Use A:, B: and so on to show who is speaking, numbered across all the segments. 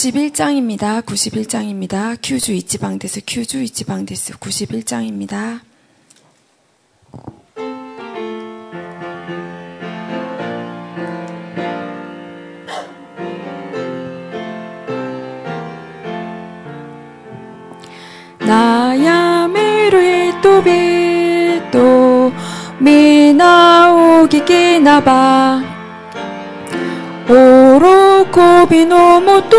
A: 91장입니다. 91장입니다. 큐주 이치방 데스 큐주 이치방 데스 91장입니다. 悩める人々皆を聞きなば喜びのもと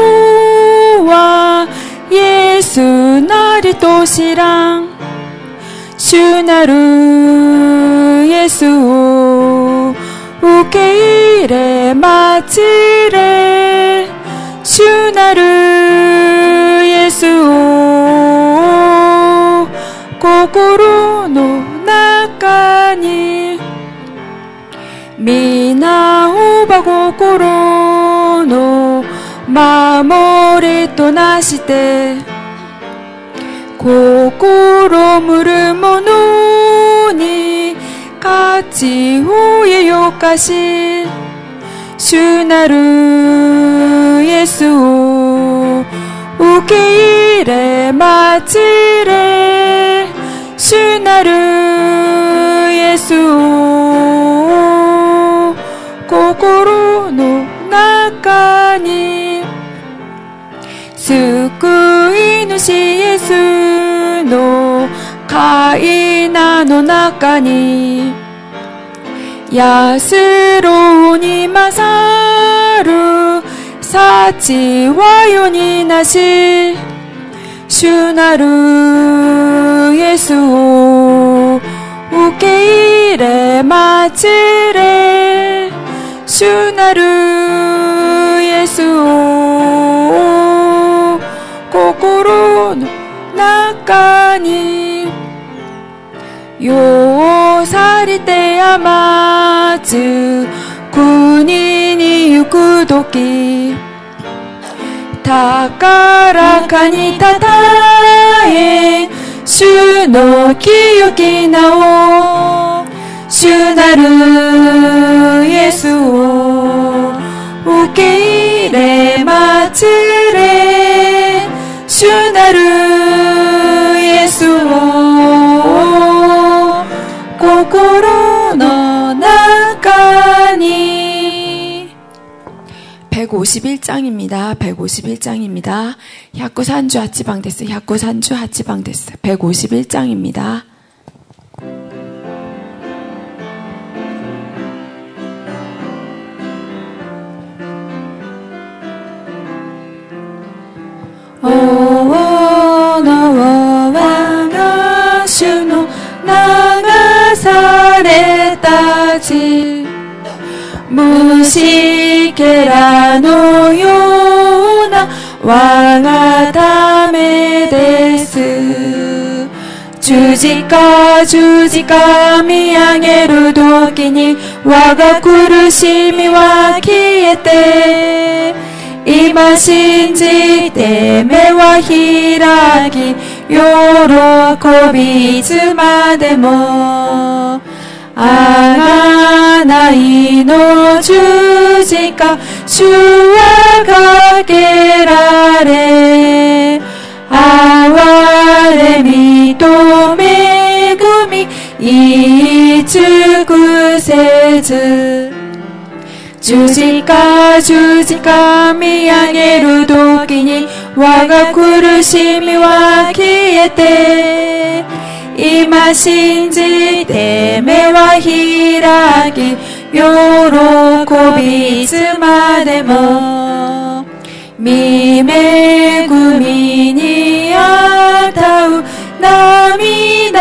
A: はイエスなりと知らん主なるイエスを受け入れ待ちれ主なるイエスを心の中に皆をば心の守りとなして心むる者に価値を栄よかし主なるイエスを受け入れ待ちれ主なるイエスを心の中に救い主イエスの会なの中に安ろうに勝る幸は世になし主なるイエスを受け入れ待ちれ主なるイエスを心の中によされて甘つ国に行くとき高らかにたたえ主の清き名を主なるイエスを受け入れ待ちれ主なるイエスを心の中に 151장입니다. 151장입니다. 야쿠산주 하치방 데스. 야쿠산주 하치방 데스. 151장입니다. 王の我が主の流された地虫けらのような我がためです十字架十字架見上げる時に我が苦しみは消えて今信じて目は開き喜びいつまでもあがないの十字架主はかけられ哀れみと恵み言い尽くせず十字架十字架見上げる時に我が苦しみは消えて今信じて目は開き喜びいつまでも御恵みにあたう涙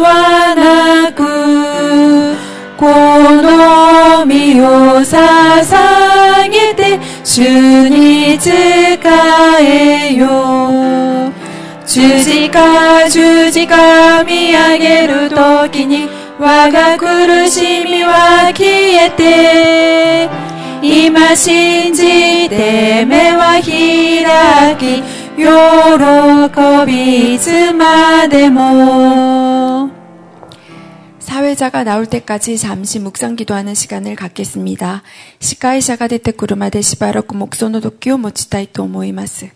A: はなくこの身を捧げて主に仕えよう十字架十字架見上げる時に我が苦しみは消えて今信じて目は開き喜びいつまでも 사회 수혜자가 나올 때까지 잠시 묵상 기도하는 시간을 갖겠습니다. 시카이샤가 됐때 구르마데 시바라고 목소노 도끼오 모치타이 또 모이마스.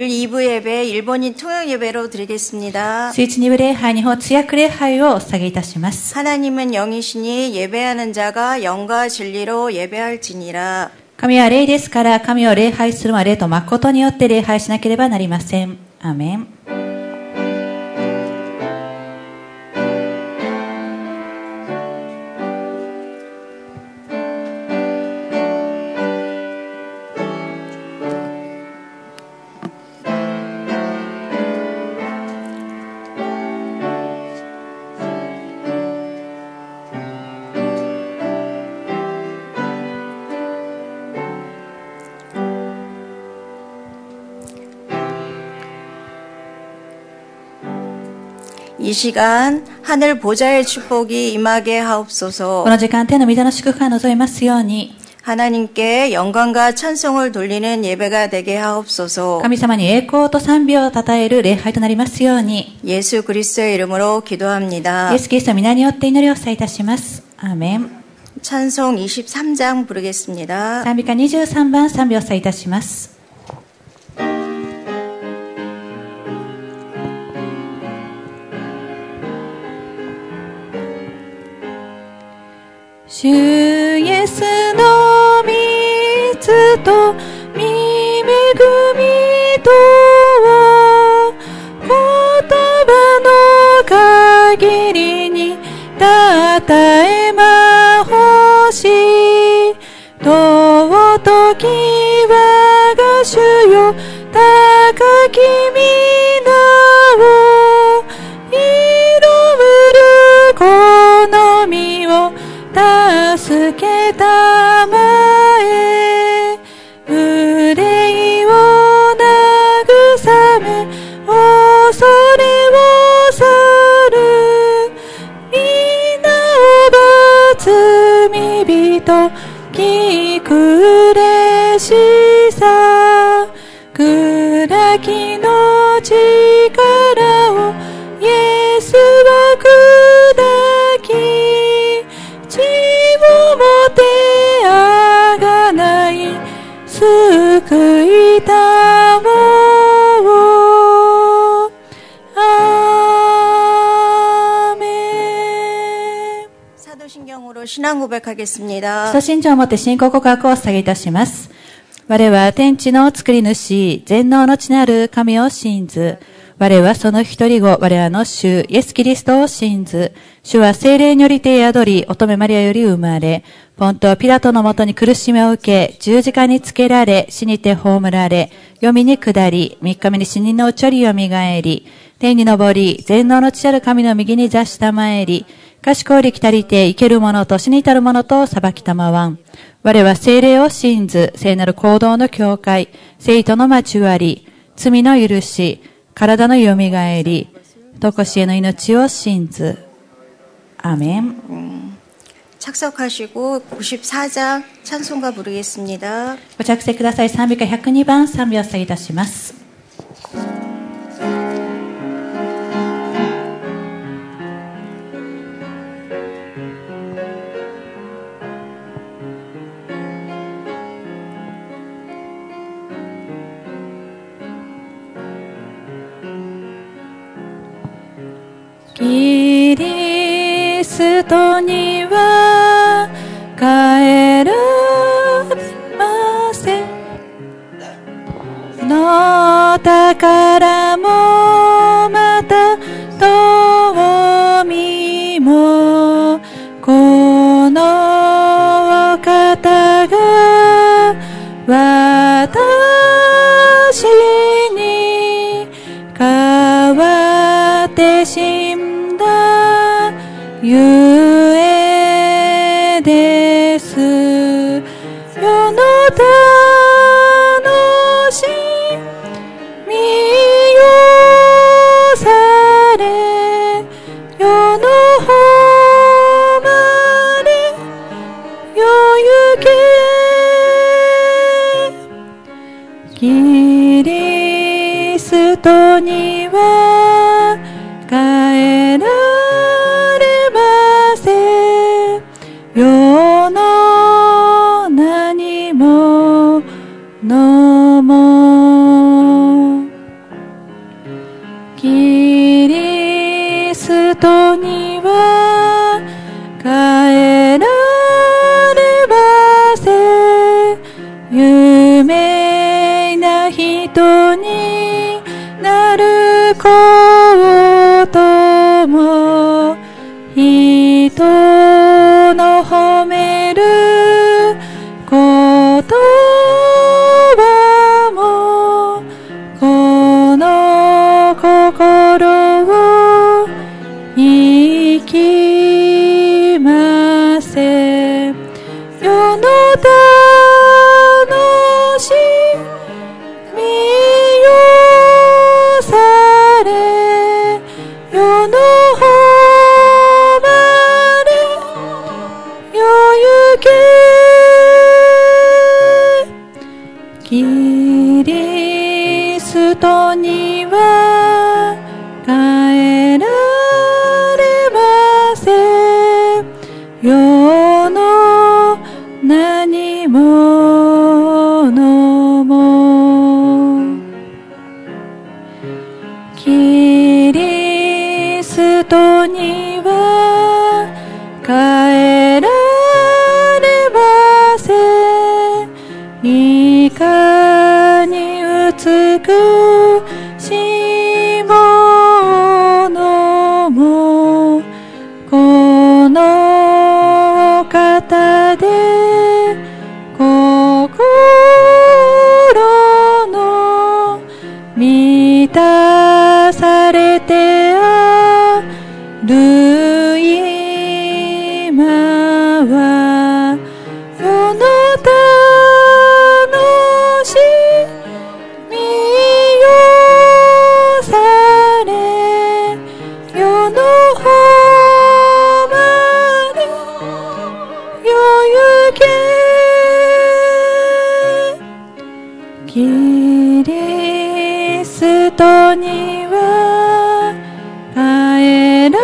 B: 2부 예배 일본인 통역 예배로 드리겠습니다.
C: 聖地に礼拝、日本通訳礼拝をお捧げいたします。
B: 하나님은 영이시니 예배하는 자가 영과 진리로 예배할지니라.
C: 神は霊ですから、神を礼拝するまでと誠によって礼拝しなければなりません。アーメン。
B: 이 시간 하늘 보좌의 축복이 임하게
C: こ
B: 하옵소서.
C: の時間、手の御座の祝福が望みますように、
B: 하나님께 영광과 찬송을 돌리는 예배가 되게 하옵소서.
C: 神様に栄光と賛美を称える礼拝となりますように、
B: 예수 그리스도의 이름으로 기도합니다.
C: イエス・キリストの皆によって祈りをお捧えいたします。アーメン。
B: 찬송 23장 부르겠습니다.
C: 賛美歌23番賛美をお捧えいたします。
A: 主イエスの水と御恵みとは言葉の限りにたたえまほし尊き我が主よ高き皆を色むるこの身を助けたまえ憂いを慰め恐れを去る皆をば罪人きくれしさ暗きの力をイエスは砕き血をもてあがない救いたもうアーメン
B: 사도신경으로 신앙 고백하겠습니다.
C: 基礎信条をもって信仰告白をお捧げいたします。我は天地の作り主、全能の地なる神を信ず。我はその一人子、我らの主、イエス・キリストを信ず。主は精霊によりて宿り、乙女マリアより生まれ、ポンとピラトのもとに苦しみを受け、十字架につけられ、死にて葬られ、読みに下り、三日目に死人のうちより蘇り、天に昇り、全能の地なる神の右に座したまえり、賢いりきたりて、生ける者と死に至る者と裁きたまわん。我は聖霊を信ず、聖なる行動の境界、聖徒の交わり、罪の許し、体の蘇り、とこしえの命を信ず。アーメン。
B: 착석하시고 94장 찬송가 부르겠습니다.
C: ご着席ください。賛美歌102番、賛美を捧げいたします。
A: キリストには帰るべからもまた遠みもこのお方が私に代わって死んだゆえです世の楽しみよされ世の誉れよゆけキリストには変えられません。世の何ものも。キリストには変えられません有名な人になることも人の褒める言葉もこの心を生きません世の楽しみよされ世の誉れよゆけキリストには変えられません世の何ものもキリストには変えられませんいかに美しいものもこのお方で心の満たされてある今は世の楽しみよされ世の誉れよゆけキリストには変えら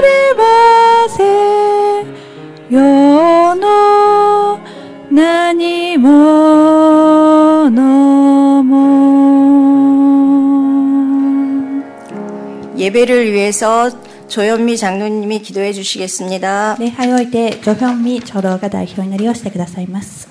A: れません世の何ものも
B: 예배를 위해서 조현미 장로님이 기도해 주시겠습니다.
C: 礼拝を終えて、ジョヒョンミ長老が代表祈りをしてくださいます。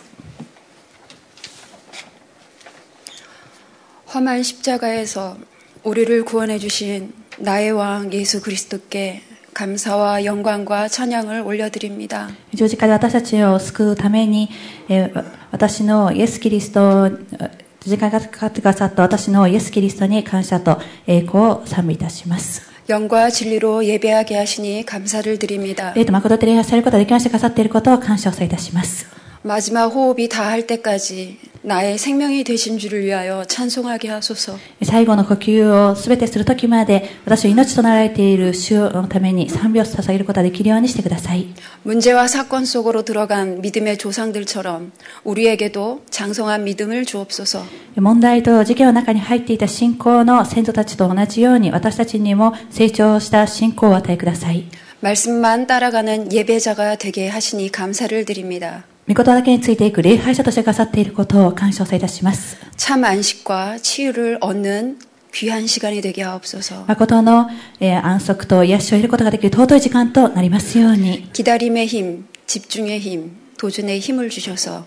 D: 험한 십자가에서 우리를 구원해 주신 나의 왕 예수 그리스도께 감사와 영광과 찬양을 올려드립니다.
C: 十字架で私たちを救うために、えーわ私のイエス・キリスト、えー十字架がかかってくださった私のイエス・キリストに感謝と栄光を賛美いたします。
D: 영과 진리로 예배하게 하시니 감사를 드립니다.
A: 네.
C: えーと、誠で礼拝されることができましてくださっていることを感謝をさいたします。
D: 마지막 호흡이 다할 때까지 나의 생명이 되신 주를 위하여 찬송하게 하소서.
C: 最後の呼吸をすべてする時まで、私の命となられている主のために賛美を捧げることができるようにしてください。
D: 문제와 사건 속으로 들어간 믿음의 조상들처럼 우리에게도 장성한 믿음을 주옵소서.
C: 問題と事件の中に入っていた信仰の先祖たちと同じように私たちにも成長した信仰を与えください。
D: 말씀만 따라가는 예배자가 되게 하시니 감사를 드립니다.
C: 御言葉だけについていく礼拝者としてくださっていることを感謝をさいたします。
D: 참 안식과 치유를 얻는 귀한 시간이 되게 하옵소서.
C: 誠の、えー安息と癒しを得ることができる尊い時間となりますように、
D: 기다림의 힘, 집중의 힘, 도전의 힘을 주셔서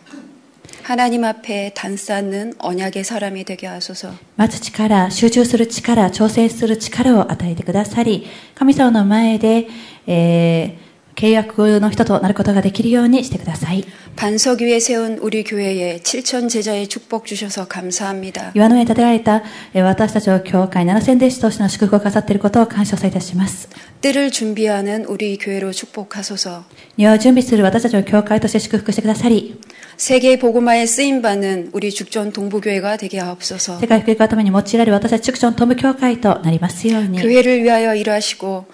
D: 하나님 앞에 단 쌓는 언약의 사람이 되게 하소서.
A: 待つ力、集中する力、挑戦する力を与えてくださり、神様の前で、えー契約の人となることができるようにしてください。
D: 반석 위에 세운 우리 교회에 7천 제자의 축복 주셔서 감사합니다.
A: 岩の上に建てられた、えー私たちを教会7000弟子としての祝福を飾っていることを感謝さいたします。
D: 때를 준비하는 우리 교회로 축복하소서.
A: 庭を準備する私たちを教会として祝福してくださり、
D: 세계 보고마에 쓰임 받는 우리 죽전 동부교회가 되게 하옵소서.
A: 世界福音化のために用いられる私たちチクショントム教会となりますように。
D: 교회를 위하여 일하시고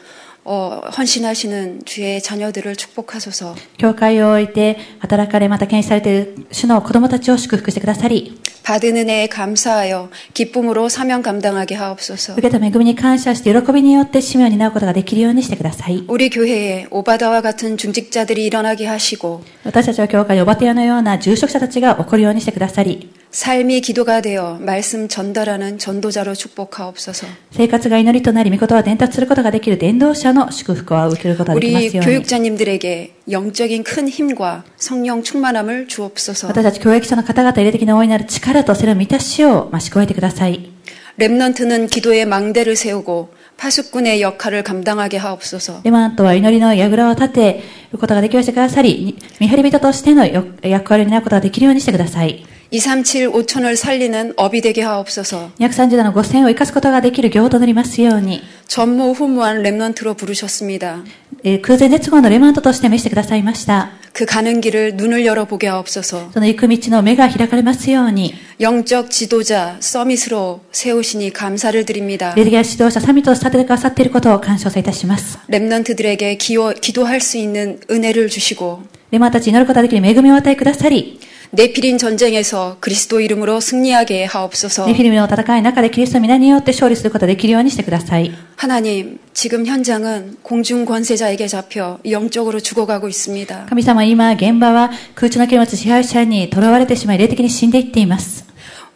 D: 어, 헌신하시는 주의 자녀들을 축복하소서.
A: 教会を置いて働かれまた検出されている主の子供たちを祝福してくださり
D: 받은 은혜에 감사하여 기쁨으로 사명 감당하게 하옵소서.
A: 受けた恵みに感謝して喜びによって使命を担うことができるようにしてください
D: 우리 교회에 오바다와 같은 중직자들이 일어나게 하시고
A: 私たちは教会におばて屋のような住職者たちが起こるようにしてくださり
D: 삶이 기도가 되어 말씀 전달하는 전도자로 축복하옵소서.
A: 生活が祈りとなり御言葉を伝達することができる伝道者の祝福を受けることができま
D: 우리
A: すように
D: 교육자님들에게 영적인 큰 힘과 성령 충만함을 주옵소서.
A: 私たち教育者の方々霊的な大いなる力とそれを満たしを増し加えてください
D: 렘넌트는 기도의 망대를 세우고 파수꾼의 역할을 감당하게 하옵소서.
A: レマントは祈りの櫓を立てることができるようにしてくださりに見張り人としての役割を担うことができるようにしてください
D: 237 5천을 살리는 업이 되게 하옵소서.
A: 230の5000を生かすことができる行となりますように、
D: 전무후무한 렘넌트로 부르셨습니다.
A: えー空前絶後のレマントとして召してくださいました。
D: 그 가는 길을 눈을 열어보게 하옵소서.
A: その行く道の目が開かれますように、
D: 영적 지도자 서밋으로 세우시니 감사를 드립니다.
A: レディア指導者サミットを立ててくださっていることを感謝いたします。
D: 렘넌트들에게 기워, 기도할 수 있는 은혜를 주시고
A: レマントたちに祈ることができる恵みを与えくださり、
D: 네피린 전쟁에서 그리스도 이름으로 승리하게 하옵소서.
A: ネフィリムの戦いの中でキリストの皆によって勝利することができるようにしてください。
D: 하나님, 지금 현장은 공중 권세자에게 잡혀 영적으로 죽어가고 있습니다.
A: 神様、今、現場は空中の切り持つ支配者に囚われてしまい、霊的に死んでいっています。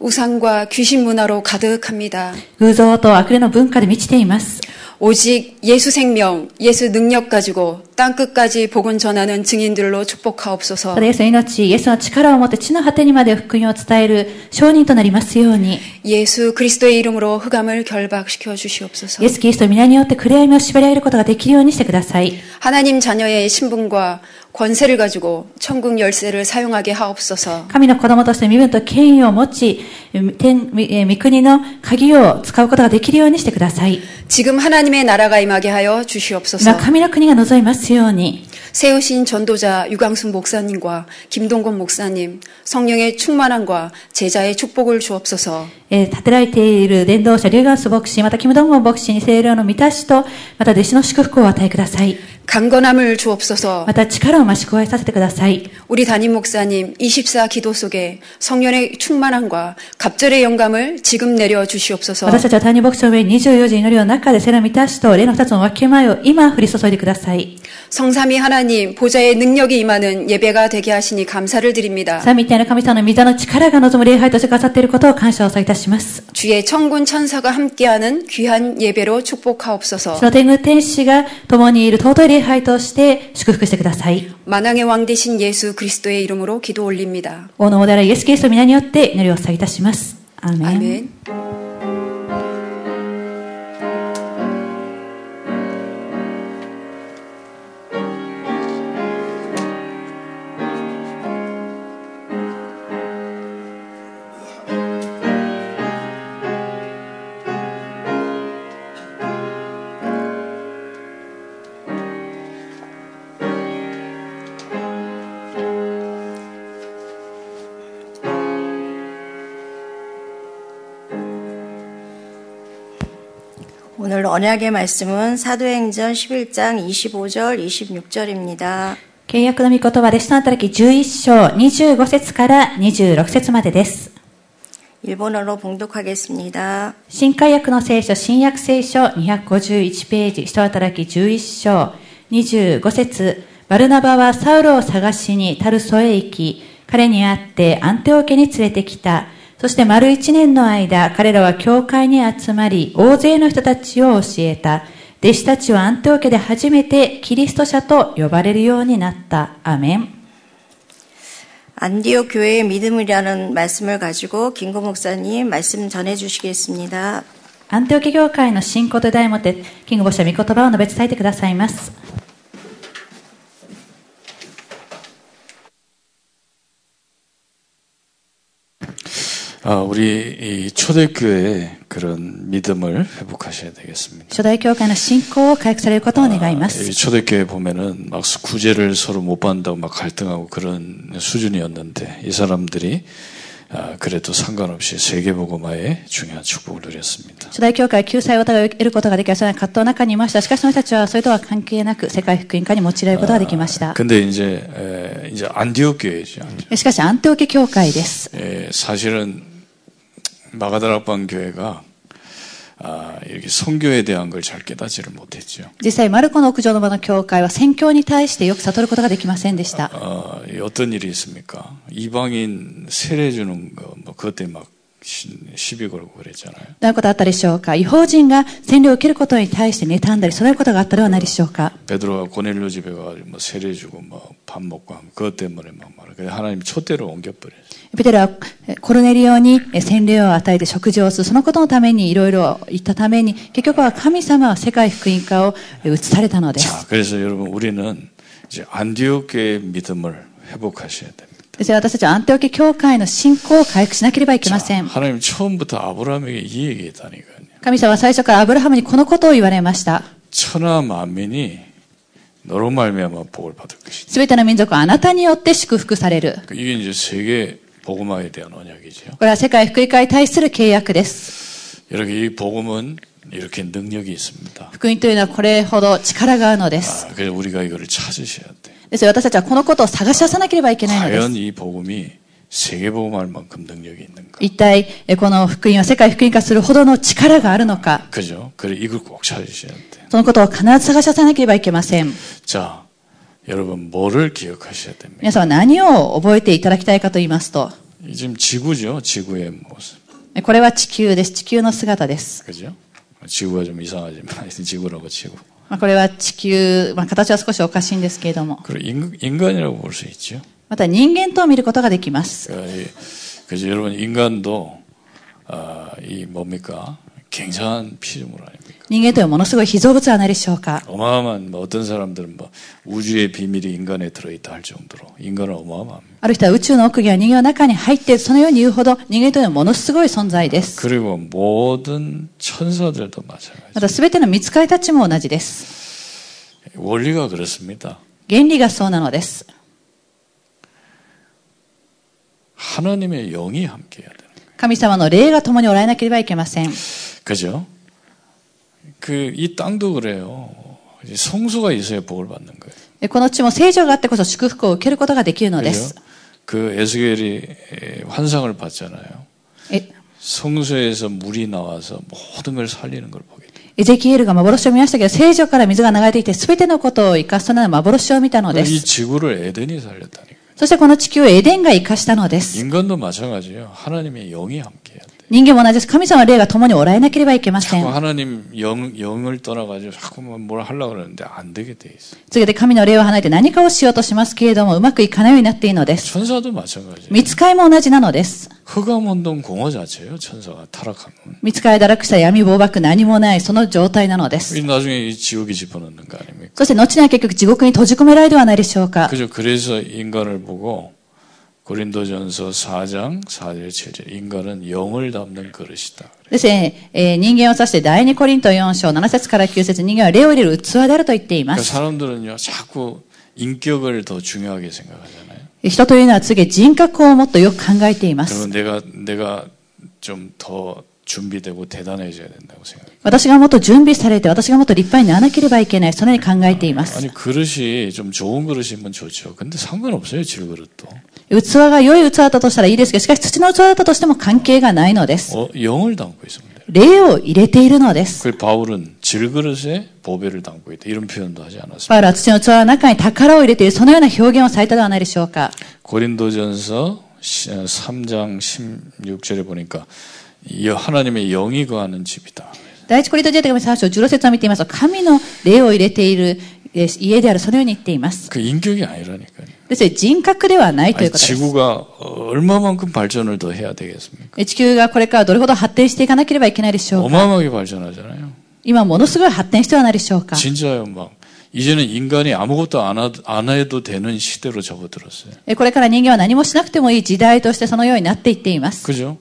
D: 우상과 귀신 문화로 가득합니다.
A: 偶像と悪霊の文化で満ちています。
D: 오직 예수 생명, 예수 능력 가지고 땅 끝까지 복음 전하는 증인들로 축복하옵소서.
A: ただイエスの命、イエスの力を持って地の果てにまで福音を伝える証人となりますように、
D: 예수 그리스도의 이름으로 흑암을 결박시켜 주시옵소서.
A: イエス・キリストの皆によって暗闇を縛り上げることができるようにしてください。
D: 하나님 자녀의 신분과 권세를 가지고 천국 열쇠를 사용하게 하옵소서.
A: 神の子供として身分と権威を持ち、天、えー御国の鍵を使うことができるようにしてください。
D: 지금 하나님의 나라가 임하게 하여 주시옵소서.
A: 今、神の国が望みますように、
D: 세우신 전도자 유광순 목사님과 김동건 목사님 성령의 충만함과 제자의 축복을 주옵소서.
A: えー立てられている伝道者、龍ガンス牧師、またキム・ドンゴン牧師に聖霊の満たしと、また弟子の祝福をお与えください。
D: 강건함을 주옵소서.
A: また力を増し加えさせてください。
D: 우리 담임 목사님 24 기도 속에 성령의 충만함과 갑절의 영감을 지금 내려 주시옵소서.
A: 私たちは単に牧師の上に24時祈りの中で聖霊の満たしと、霊の二つの分け前を今降り注いでください。
D: 성삼위 하나님 보좌의 능력이 임하는 예배가 되게 하시니 감사를 드립니다.
A: 三位一体の神様の御座の力が望む礼拝としてくださっていることを感謝をさいたします。
D: 주의 천군 천사가 함께하는 귀한 예배로
A: そ
D: 축복하옵소서.
A: の天狗天使が共にいる尊い礼拝として祝福してください。
D: 만왕의 왕 되신 예수 그리스도의イルム로 기도 올립니다.
A: 王のおでらイエス・キリストの皆によって祈りをさいたします。アーメン。
D: 아멘.
B: 오늘 언약의 말씀은 사도행전 11장 25절 26절입니다.
A: 契約の御言葉で下の働き11章25節から26節までです。
B: 일본어로 봉독하겠습니다.
A: 新海約の聖書、新約聖書251ページ、人働き11章、25節バルナバはサウルを探しにタルソへ行き、彼に会ってアンテオ家に連れてきた。そして丸一年の間、彼らは教会に集まり、大勢の人たちを教えた。弟子たちはアンテオ家で初めてキリスト者と呼ばれるようになった。アーメン。
B: 안디옥 교회의 믿음이라는 말씀을 가지고 김구 목사님 말씀 전해 주시겠습니다.
A: アンテオキ業界の信仰と題をもって、キング牧師は御言葉を述べ伝えてくださいます。
C: 아, 우리 이 초대교회의 그런 믿음을 회복하셔야 되겠습니다.
A: 初代教会の信仰を回復されることを願いま
C: 아,
A: す
C: 이 。 초대교회 보면은 막 구제를 서로 못 받는다고 막 갈등하고 그런 수준이었는데 이 사람들이 아, 그래도 상관없이 세계복음화의 중요한 축복을 누렸습니다.
A: 初代教会は救済をお互いを得ることができたその葛藤の中にいました。しかしその人たちはそれとは関係なく世界福音化に用いられることができました。
C: 근데 이제 에, 이제 안디옥 교회죠.
A: しかしアンテオキ教会です。
C: 예, 사실은 마가다락방 교회가 아, 이렇게 성교에 대한 걸 잘 깨닫지를 못했죠.
A: 実際マルコの屋上の場の教会は宣教に対してよく悟ることができませんでした。
C: 어, 어떤 일이 있습니까? 이방인 세례 주는 거, 뭐, 그것 때문에 막 시- 시비 걸고 그랬잖아요.
A: どういうことあったでしょうか違法人が占領を受けることに対して妬んだり、そういうことがあったではないでしょうか
C: 베드로가 고넬료 집에 가가지고 뭐 세례 주고 뭐 밥 먹고 하면 그것 때문에 막 말해. 그래서 하나님 촛대로 옮겨버려요.
A: ペテロはえコルネリオにえ洗礼を与えて食事をする、そのことのためにいろいろ言ったために、結局は神様は世界福音化を移されたのです。
C: 자, 그래서 여러분, 우리는 이제 안디옥의 믿음을 회복하셔야 됩니다.
A: ですから私たちはアンテオケ教会の信仰を回復しなければいけません。
C: 하나님 처음부터 아브라함에게 이 얘기했다니까요.
A: 神様は最初からアブラハムにこのことを言われました。
C: 천하 만민이 너로 말미암아 복을 받을 것이다. 그러니까
A: すべての民族はあなたによって祝福される。
C: 이게 이제 세계 복음화에 대한
A: こ
C: 언약이죠.
A: れは世界福音化に対する契約です。
C: 이렇게 이 복음은 이렇게 능력이 있습니다.
A: 福音というのはこれほど力があるのです。
C: 아, 그래서 우리가 이거를 찾으셔야 돼.
A: ですから私たちはこのことを探し出さなければいけないのです
C: 과연 。이 복음이 세계 복음할 만큼 능력이 있는가?
A: 一体、えこの福音は世界福音化するほどの力があるのか、
C: 그죠? 그래 이걸 꼭 찾으셔야 돼.
A: そのことを必ず探し出さなければいけません。
C: 자, 여러분 뭐를 기억하셔야 됩니까?
A: 皆さんは何を覚えていただきたいかと言いますと、
C: 이 지금 지구죠, 지구의 모습.
A: えこれは地球です。地球の姿です。
C: 그죠? 지구가 좀 이상하지만 하여튼 지구라고 치고.
A: まあ、これは地球、まあ、形は少しおかしいんですけれども、
C: 그리고 인- 인간이라고 볼 수 있죠.
A: また人間と見ることができます。
C: 그러니까 이- 그래서 여러분 인간도 아, 이 뭡니까? 굉장한 피조물 아닙니까?
A: 人間というのはものすごい被造物はないでしょうか。
C: 어마어마한 뭐 어떤 사람들은 뭐 우주의 비밀이 인간에 들어있다 할 정도로 인간은 어마어마합니다.
A: ある人は宇宙の奥義は人間の中に入っているそのように言うほど人間というのはものすごい存在です。
C: 그리고 모든 천사들도 마찬가지.
A: また全ての見つかりたちも同じです。
C: 원리가 그렇습니다.
A: 原理がそうなのです。
C: 하나님의 영이 함께해야 되는 거예요.
A: 神様の霊が共におられなければいけません。
C: 그죠? 그 이 땅도 그래요. 이제 성소가 있어야 복을 받는 거예요.
A: えこの地も聖女があってこそ祝福を受けることができるので
C: 그죠?
A: す。
C: 그 에스겔이 에, 환상을 봤잖아요.
A: え
C: 성소에서 물이 나와서 모든 걸 살리는 걸 보게 돼요.
A: エゼキエルが幻を見ましたけど、聖女から水が流れていて全てのことを生かすとなる幻を見たので
C: 이
A: す。
C: 지구를 에덴이 살렸다니까.
A: そしてこの地球をエデンが生かしたのです。
C: 인간도 마찬가지예요. 하나님의 영이 함께해야 돼.
A: 人間も同じです。神様の霊が共におられなければいけませ
C: 자꾸
A: ん。
C: 하나님 영, 영을 떠나가지고 자꾸만 뭐 뭘 하려고 그러는데 안 되게 돼 있어.
A: 次で神の霊を離れて何かをしようとしますけれども、うまくいかないようになっていいのです。
C: 천사도 마찬가지예요.
A: 見つかいも同じなのです。
C: 흑암혼돈 공허 자체예요. 천사가 타락하면.
A: 見つかい堕落した闇暴漠何もない、その状態なのです。
C: 이 나중에 이 지옥에 집어넣는 거 아닙니까?
A: そして後には結局地獄に閉じ込められるではないでしょうか。
C: 그죠. 그래서 인간을 보고 고린도전서 4장 4절 7절 인간은 영을 담는 그릇이다. 그러니까
A: ですね、えー人間を指して第二コリント4章7節から9節人間は霊を入れる器であると言っていま
C: 그러니까
A: す。
C: 사람들은요 자꾸 인격을 더 중요하게 생각하잖아요.
A: 人というのは次人格をもっとよく考えています。
C: 그러면 내가 내가 좀 더 준비되고 대단해져야 된다고 생각해요.
A: 私がもっと準備されて、私がもっと立派にならなければいけない、そのように考えていま
C: 아니
A: す。
C: 그릇이 좀 좋은 그릇이면 좋죠. 근데 상관없어요 질그릇도.
A: 器が良い器だったとしたらいいですけど、しかし土の器だったとしても関係がないのです。
C: 어, 영을 담고 있으면 돼요.
A: 霊を入れているのです。
C: 그 바울은 질그릇에 보배를 담고 있다 이런 표현도 하지 않았습니다.
A: パウロは土の器の中に宝を入れている、そのような表現をされたではないでしょうか。
C: 고린도전서 어, 3장 16절에 보니까 이 하나님의 영이 거하는 집이다.
A: 第一コリント10手紙3章16節を見ていますと、神の霊を入れているえー家である、そのように言っています。
C: 그 인격이 아니라니까요.
A: こですから人格ではないという
C: 아니,
A: ことです。
C: 지구가 얼마만큼 발전을 더 해야 되겠습니까?
A: 地球がこれからどれほど発展していかなければいけないでしょうか。
C: 어마어마하게 발전하잖아요.
A: 今ものすごい発展してはないでしょうか。
C: 진짜요, 막 이제는 인간이 아무것도 안, 하, 안 해도 되는 시대로 접어들었어요.
A: えこれから人間は何もしなくてもいい時代としてそのようになっていっています。
C: 그죠?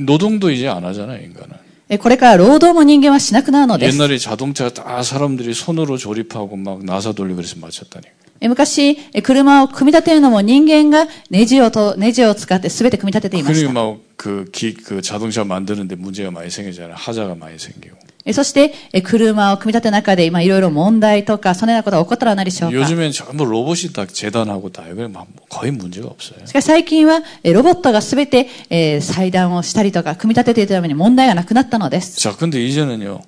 C: 노동도 이제 안 하잖아요, 인간은.
A: えこれから労働も人間はしなくなるのです。
C: 옛날에 자동차 다 사람들이 손으로 조립하고 막 나사 돌리고 그래서 맞췄다니까.
A: え昔、え車を組み立てるのも人間がネジをと、ネジを使って全て組み立てていまし
C: 그리고
A: た。
C: 막그 기, 그 자동차 만드는데 문제가 많이 생기잖아요. 하자가 많이 생기고.
A: えそして、え車を組み立てる中で今いろいろ問題とか、そのようなことが起こったらないでしょうか。
C: 요즘엔 전부 로봇이 다 재단하고 다 해요. 막 거의 문제가 없어요.
A: しかし最近は、えロボットが全て、えー裁断をしたりとか、組み立てていたために問題がなくなったのです。
C: 자, 근데 이제는요.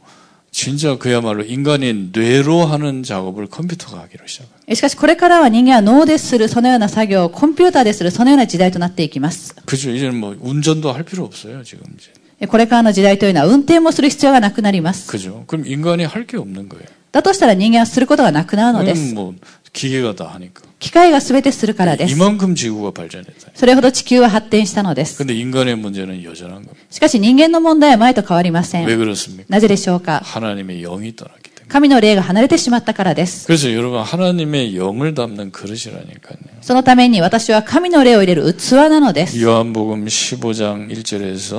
C: 진짜 그야말로 인간이 뇌로 하는 작업을 컴퓨터가 하기로 시작해요.
A: えしかしこれからは人間は脳でするそのような作業をコンピューターでするそのような時代となっていきます。
C: 그죠? 이제는 뭐 운전도 할 필요 없어요, 지금 이제.
A: えこれからの時代というのは運転もする必要がなくなります。
C: 그죠? 그럼 인간이 할 게 없는 거예요.
A: だとしたら人間はすることがなくなるので
C: 그럼
A: す。
C: 뭐 기계가 다 하니까.
A: 機械が全てするからです。
C: 이만큼 지구가 발전했다.
A: それほど地球は発展したのです。
C: 근데 인간의 문제는 여전한 겁니다.
A: しかし人間の問題は前と変わりませ
C: 왜
A: ん。
C: 그렇습니까?
A: なぜでしょうか
C: 하나님의 영이 떠났기 때문에.
A: 神の霊が離れてしまったからです。
C: 그래서 여러분 하나님의 영을 담는 그릇이라니까요.
A: そのために私は神の霊を入れる器なのです。
C: 요한복음 15장 1절에서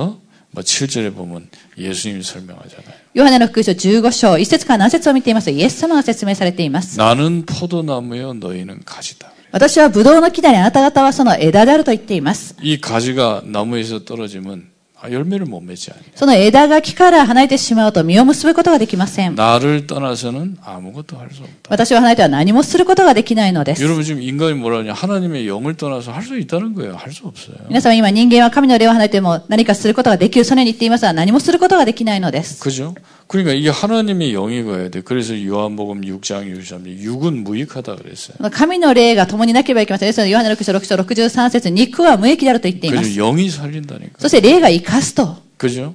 C: 뭐 7절에 보면 예수님이 설명하잖아요.
A: ヨハネの福音書15章、1節から何節を見ていますと、イエス様が説明されています。
C: 나는 포도나무요 너희는 가지다.
A: 私はブドウの木であり、あなた方はその枝であると言っています。
C: 이 가지가 나무에서 떨어지면 아, 열매를 못 맺지 않아요.
A: その枝が木から離れてしまうと実を結ぶことができません。
C: 나를 떠나서는 아무것도 할 수 없다.
A: 私は離れては何もすることができないのです。
C: 여러분 지금 인간이 뭐라 하냐? 하나님의 영을 떠나서 할 수 있다는 거예요. 할 수 없어요.
A: 皆様今人間は神の霊を離れても何かすることができる。そのように言っていますが何もすることができないのです。
C: 그죠? 그러니까 이게 하나님의 영이 가야 돼. 그래서 요한복음 6장 63절 육은 무익하다 그랬어요.
A: 神の霊が共になければいけません。ですので、ヨハネ6章6章63節肉は無益であると言っています。
C: 그죠? 영이 살린다니까.
A: そして霊が生かすと。
C: 그죠?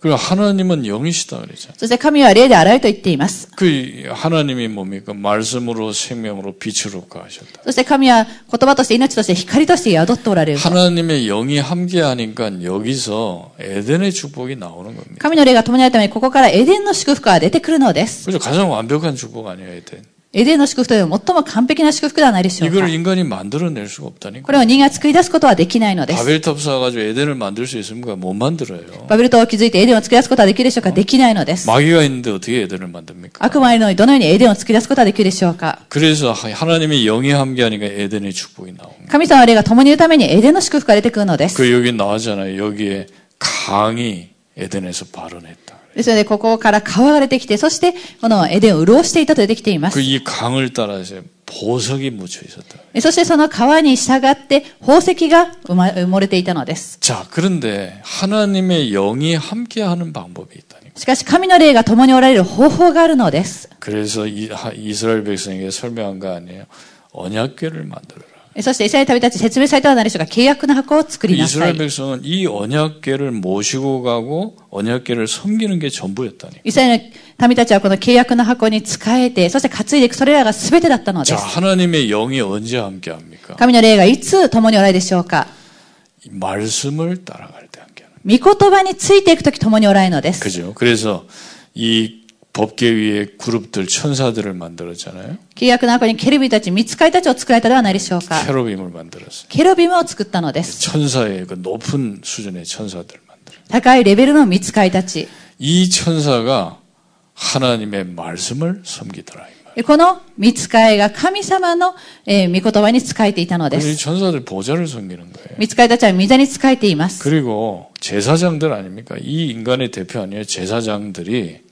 C: 그리고 하나님은 영이시다 그랬잖아요.
A: そして神は霊であらゆると言っています。
C: 그 하나님이 뭡니까? 말씀으로 생명으로 빛으로 가셨다.
A: そして神は言葉として命として光として宿っておられ
C: 네,
A: る。
C: 하나님의 영이 함께하니까 여기서 에덴의 축복이 나오는 겁니다.
A: 神の霊が伴うためにここからエデンの祝福が出てくるのです。
C: 그죠? 가장 완벽한 축복 아니에요, 에덴.
A: エデンの祝福というのは最も完璧な祝福ではないでしょうか
C: 이걸 。 인간이 만들어낼 수가
A: こ
C: 없다니까.
A: れを人間が作り出すことはできないのです。
C: 바벨탑 쌓아가지고 에덴을 만들 수 있습니까? 못 만들어요.
A: バビル島を築いてエデンを作り出すことはできるでしょうかできないのです。
C: 마귀가 있는데 어떻게 에덴을 만듭니까?
A: 悪魔がいるのにどのようにエデンを作り出すことはできるでしょうか
C: 그래서 하- 하나님의 영이 함께하니까 에덴의 축복이 나오는 거예요.
A: 神様の霊が共にいるためにエデンの祝福が出てくるのです。
C: 그 여기 나왔잖아요. 여기에 강이 에덴에서 발원했다.
A: ですので、ここから川が出てきて、そして、このエデンを潤していたと出てきています
C: 그 。이 강을 따라서 보석이 묻혀 있었다.
A: そしてその川に従って宝石が埋ま埋もれていたのです。
C: 자, 그런데 하나님의 영이 함께하는 방법이 있다니까.
A: しかし神の霊が共におられる方法があるのです。
C: 그래서 이, 하- 이스라엘 백성에게 설명한 거 아니에요. 언약궤를 만들어라.
A: そしてイスラエル旅立ち説明されたのは何でしょうか契約の箱を作りなさ
C: 이스라엘
A: い。
C: 백성은 이 언약궤를 모시고 가고 언약궤를 섬기는 게 전부였다니까.
A: イスラエルの民たちはこの契約の箱に仕えて、そして担いでいくそれらが全てだったので
C: 자,
A: す。
C: 하나님의 영이 언제 함께합니까?
A: 神の霊がいつ共におられるでしょうか
C: 이 말씀을 따라갈 때 함께하는. 거예요.
A: 御言葉についていくとき共におられるのです。
C: 그죠? 그래서 이 법계 위에 그룹들 천사들을 만들었잖아요.
A: 契約の箱にケルビたち、見つかりたちを作られたではないでしょうか
C: 캐로빔을 만들었어요.
A: ケルビムを作ったのです。
C: 천사의 그 높은 수준의 천사들 만들었어요.
A: 高いレベルの見つかりたち。
C: 이 천사가 하나님의 말씀을 섬기더라. 이 말.
A: この見つかいが神様の、えー御言葉に仕えていたので
C: 그래서 이
A: す。
C: 천사들 보좌를 섬기는 거예요.
A: 見つかいたちは御座に仕えています。
C: 그리고 제사장들 아닙니까? 이 인간의 대표 아니에요. 제사장들이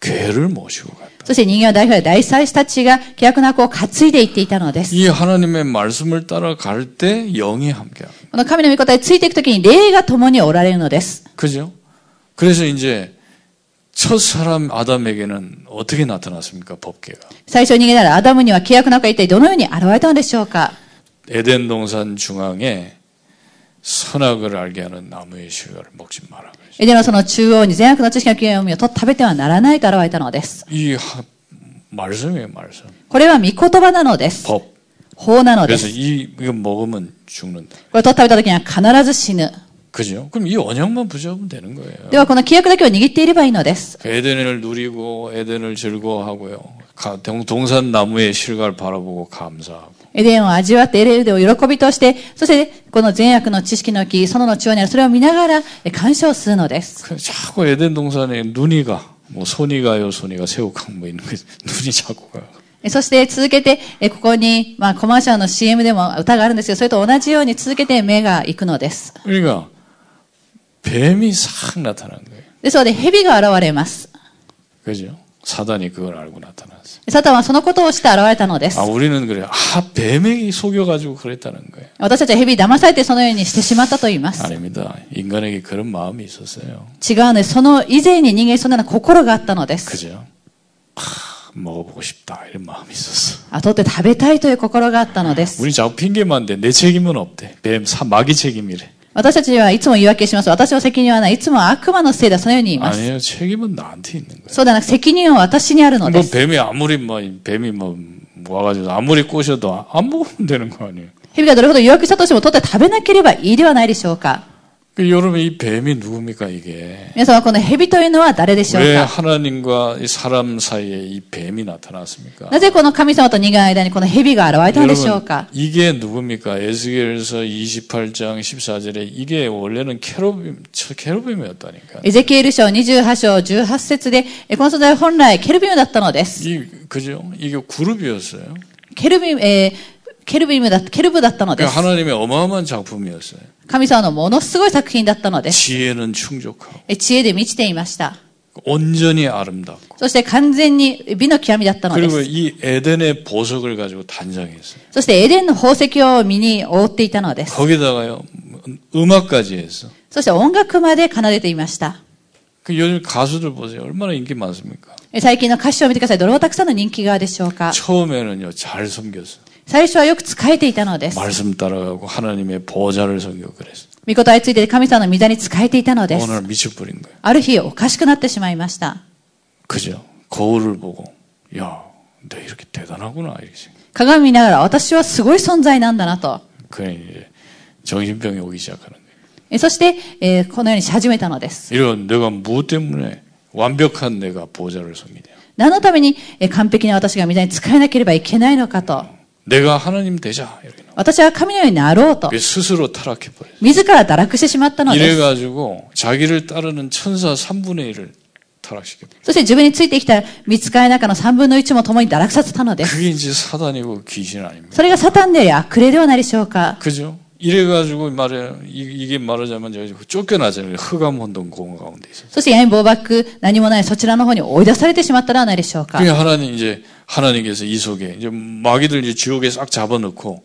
C: 괴를 모시고 갔다.
A: そして人間を代表で大祭司たちが契約の箱を担いでいっていたのです。
C: 이 하나님의 말씀을 따라갈 때 영이 함께합니다.
A: この神の御言葉についていくときに霊が共におられるのです。
C: 그죠? 그래서 이제 첫 사람 아담에게는 어떻게 나타났습니까? 법계가.
A: 最初人間ならアダムには契約の箱が一体どのように現れたのでしょうか
C: 에덴 동산 중앙에 선악을 알게 하는 나무의 실과를 먹지 마라. 그랬죠.
A: エデンのその中央に善悪の知識の権威をと食べてはならないと現れたのです。
C: 이 하- 말씀이에요, 말씀.
A: これは御言葉なのです。
C: 법.
A: 法なので
C: 그래서
A: す。
C: 이, 이거 먹으면 죽는다.
A: これ取って食べた時には必ず死ぬ。
C: 그죠? 그럼 이 언약만 부여하면 되는 거예요.
A: ではこの規約だけを握っていればいいのです。
C: 그 에덴을 누리고 에덴을 즐거워하고요. 가- 동- 동산 나무의 실과를 바라보고 감사하고
A: エデンを味わってエレデンを喜びとして、そしてこの善悪の知識の木、園の中央にあるそれを見ながらえ鑑賞するのです。
C: 그 자꾸 에덴 동산에 눈이 가. 뭐 손이 가요, 손이 가. 새우깡 뭐 있는 거 눈이 자꾸 가.
A: えそして続けて、えここに、まあ、コマーシャルの CM でも歌があるんですけど、それと同じように続けて目が行くのです。
C: 그러니까 뱀이 싹 나타난 거예요.
A: ですので、蛇が現れます。
C: 그죠? 사단이 그걸 알고 나타났어요.
A: サタンはそのことをして現れたのです
C: 아, 。 우리는 그래. 아, 뱀에게 속여가지고 그랬다는 거예요.
A: 私たちは蛇に騙されてそのようにしてしまったと言います。違う
C: 아닙니다. 인간에게 그런 마음이 있었어요.
A: のです。その以前に人間にそのような心があったのです。
C: 그죠? 아, 먹어보고 싶다. 이런 마음이 있었어.
A: あとって食べたいという心があったのです。
C: 우리 자꾸 핑계만 대. 내 책임은 없대. 뱀, 사, 마귀 책임이래.
A: 私たちはいつも言い訳します。私の責任はない。いつも悪魔のせいだ。そのように言います。
C: 아니에요. 책임은 나한테 있는 거예요.
A: そうではなく責任は私にあるの
C: 뭐
A: です。
C: 뱀이 아무리 뭐 뱀이 뭐 와가지고 아무리 꼬셔도 아- 안 먹으면 되는 거 아니에요.
A: 蛇がどれほど誘惑したとしても取って食べなければいいではないでしょうか。
C: 그 여러분 이 뱀이 누굽니까 이게?
A: 皆さんはこの蛇というのは誰でしょう
C: 왜
A: か
C: 하나님과 이 사람 사이에 이 뱀이 나타났습니까?
A: なぜこの神様と人間の間にこの蛇が現れたのでしょう
C: 여러분
A: か
C: 이게 누굽니까? 에스겔서 28장 14절에 이게 원래는 캐로빔 저 캐로빔이었다니까.
A: エゼキエル書28章18節で、えこの存在は本来ケルビムだったのです。
C: 이 그죠? 이게 그룹이었어요.
A: ケルビム、えーケルビムだ、ケルブだったのです。
C: 그러니까 하나님의 어마어마한 작품이었어요.
A: 神様のものすごい作品だったのです。
C: 지혜는 충족하고
A: え知恵で満ちていました。
C: 온전히 아름답고
A: そして完全に美の極みだったので
C: 그리고
A: す。
C: 이 에덴의 보석을 가지고 단장했어요.
A: そしてエデンの宝石を身に覆っていたのです。
C: 거기다가요 음악까지 했어.
A: そして音楽まで奏でていました。
C: 그 요즘 가수들 보세요 얼마나 인기 많습니까?
A: え最近の歌詞を見てください。どれほどたくさんの人気があるでしょうか。
C: 처음에는요 잘 섬겼어.
A: 最初はよく仕えていたのです。
C: 말씀 따라가고 하나님의 보좌를 섬기고 그랬어.
A: 御事について神様の御座に仕えていたのです。
C: 오늘 미쳐버린 거예요.
A: ある日おかしくなってしまいました。
C: 그죠? 거울을 보고 야내 이렇게 대단하구나 이렇게. 생각.
A: 鏡見ながら私はすごい存在なんだなと。
C: 그냥 이제 정신병이 오기 시작하는 거예요.
A: えそして、えーこのようにし始めたのです。
C: 이런 내가 무엇 때문에 완벽한 내가 보좌를 섬기냐?
A: 何のために、えー完璧な私が御座に仕えなければいけないのかと。
C: 내가 하나님 되자 이렇게.
A: 私は神のようになろうと。
C: 스스로 타락해 버려.
A: 自ら堕落してしまったのです。
C: 이래가지고 자기를 따르는 천사 3분의 1을 타락시켰다.
A: そして自分についてきた見つかり中の3分の1も共に堕落させたのです。
C: 그게 이제 사단이고 귀신 아닙니까?
A: それがサタンであり悪霊ではないでしょうか。
C: 그죠? 이래가지고 말해 이- 이게 말하자면 저기 쫓겨나잖아요. 흑암 혼돈 공허 가운데 있어서.
A: そして闇暴漠、何もないそちらの方に追い出されてしまったのではないでしょうか
C: 그게 。 하나님 이제 하나님께서 이 속에 이제 마귀들 이제 지옥에 싹 잡아넣고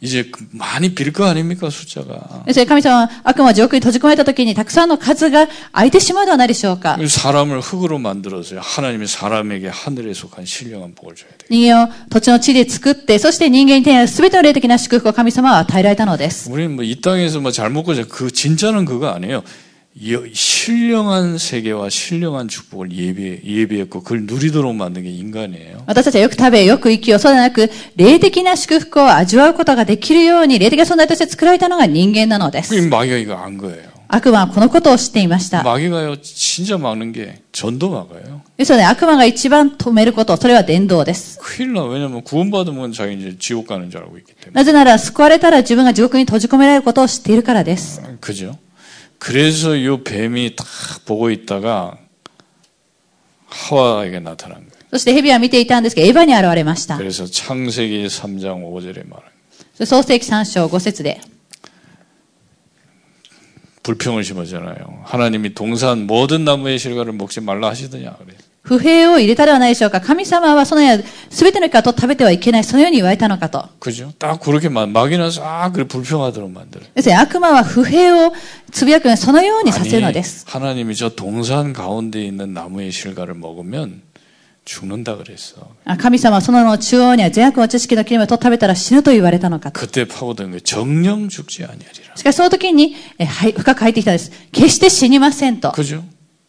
C: 이제 그 많이 빌 거 아닙니까 숫자가.
A: そして神様は悪魔を地獄に閉じ込めた時にたくさんの数が空いてしまうではないでしょうか。
C: 사람을 흙으로 만들어서요. 하나님이 사람에게 하늘에 속한 신령한 복을 줘야 돼요.
A: 人間を土地の地で作って、そして人間に手にある全ての霊的な祝福を神様は与えられたのです。
C: 우리는 뭐 이 땅에서 뭐 잘 먹고 잘- 그 진짜는 그거 아니에요. 여- 신령한 세계와 신령한 축복을 예비 예비했고 그걸 누리도록 만든 게 인간이에요.
A: 私たちはよく食べ、よく生きよう、そうではなく、霊的な祝福を味わうことができるように、霊的な存在として作られたのが人間なので
C: 그
A: す。
C: 마귀가 이거 안 거예요.
A: 悪魔はこのことを知っていました。
C: 마귀가요 진짜 막는 게 전도 막아요.
A: ですよね、悪魔が一番止めること、それは伝道です。
C: 큰일 나. 왜냐면 구원받으면 자기 이제 지옥 가는 줄 알고 있기 때문에.
A: なぜなら救われたら自分が地獄に閉じ込められることを知っているからです。
C: 그죠? 그래서 요 뱀이 딱 보고 있다가 하와에게 나타난 거예요.
A: そして蛇は見ていたんですけど、エヴァに現れました。
C: 그래서 창세기 3장 5절에 말한 거예요.
A: 創世記3章5節で。
C: 불평을 심었잖아요. 하나님이 동산 모든 나무의 실과를 먹지 말라 하시더냐 그래.
A: 不平を入れたではないでしょうか。神様はそのような、すべての木から取って食べてはいけない、そのように言われたのかと。
C: 그죠? 딱 그렇게 막 막이나 싹 그래 불평하도록 만들어.
A: ですね、悪魔は不平をつぶやくようにそのようにさせるのです。
C: 하나님이 저 동산 가운데 있는 나무의 실과를 먹으면 죽는다 그랬어.
A: あ神様はそのの中央には善悪の知識の切れ目を取って食べたら死ぬと言われたのかと。
C: 그때 파고든 게 정령 죽지 아니하리라.
A: しかしその時に、えはい、深く入ってきたんです。決して死にませんと。
C: 그죠?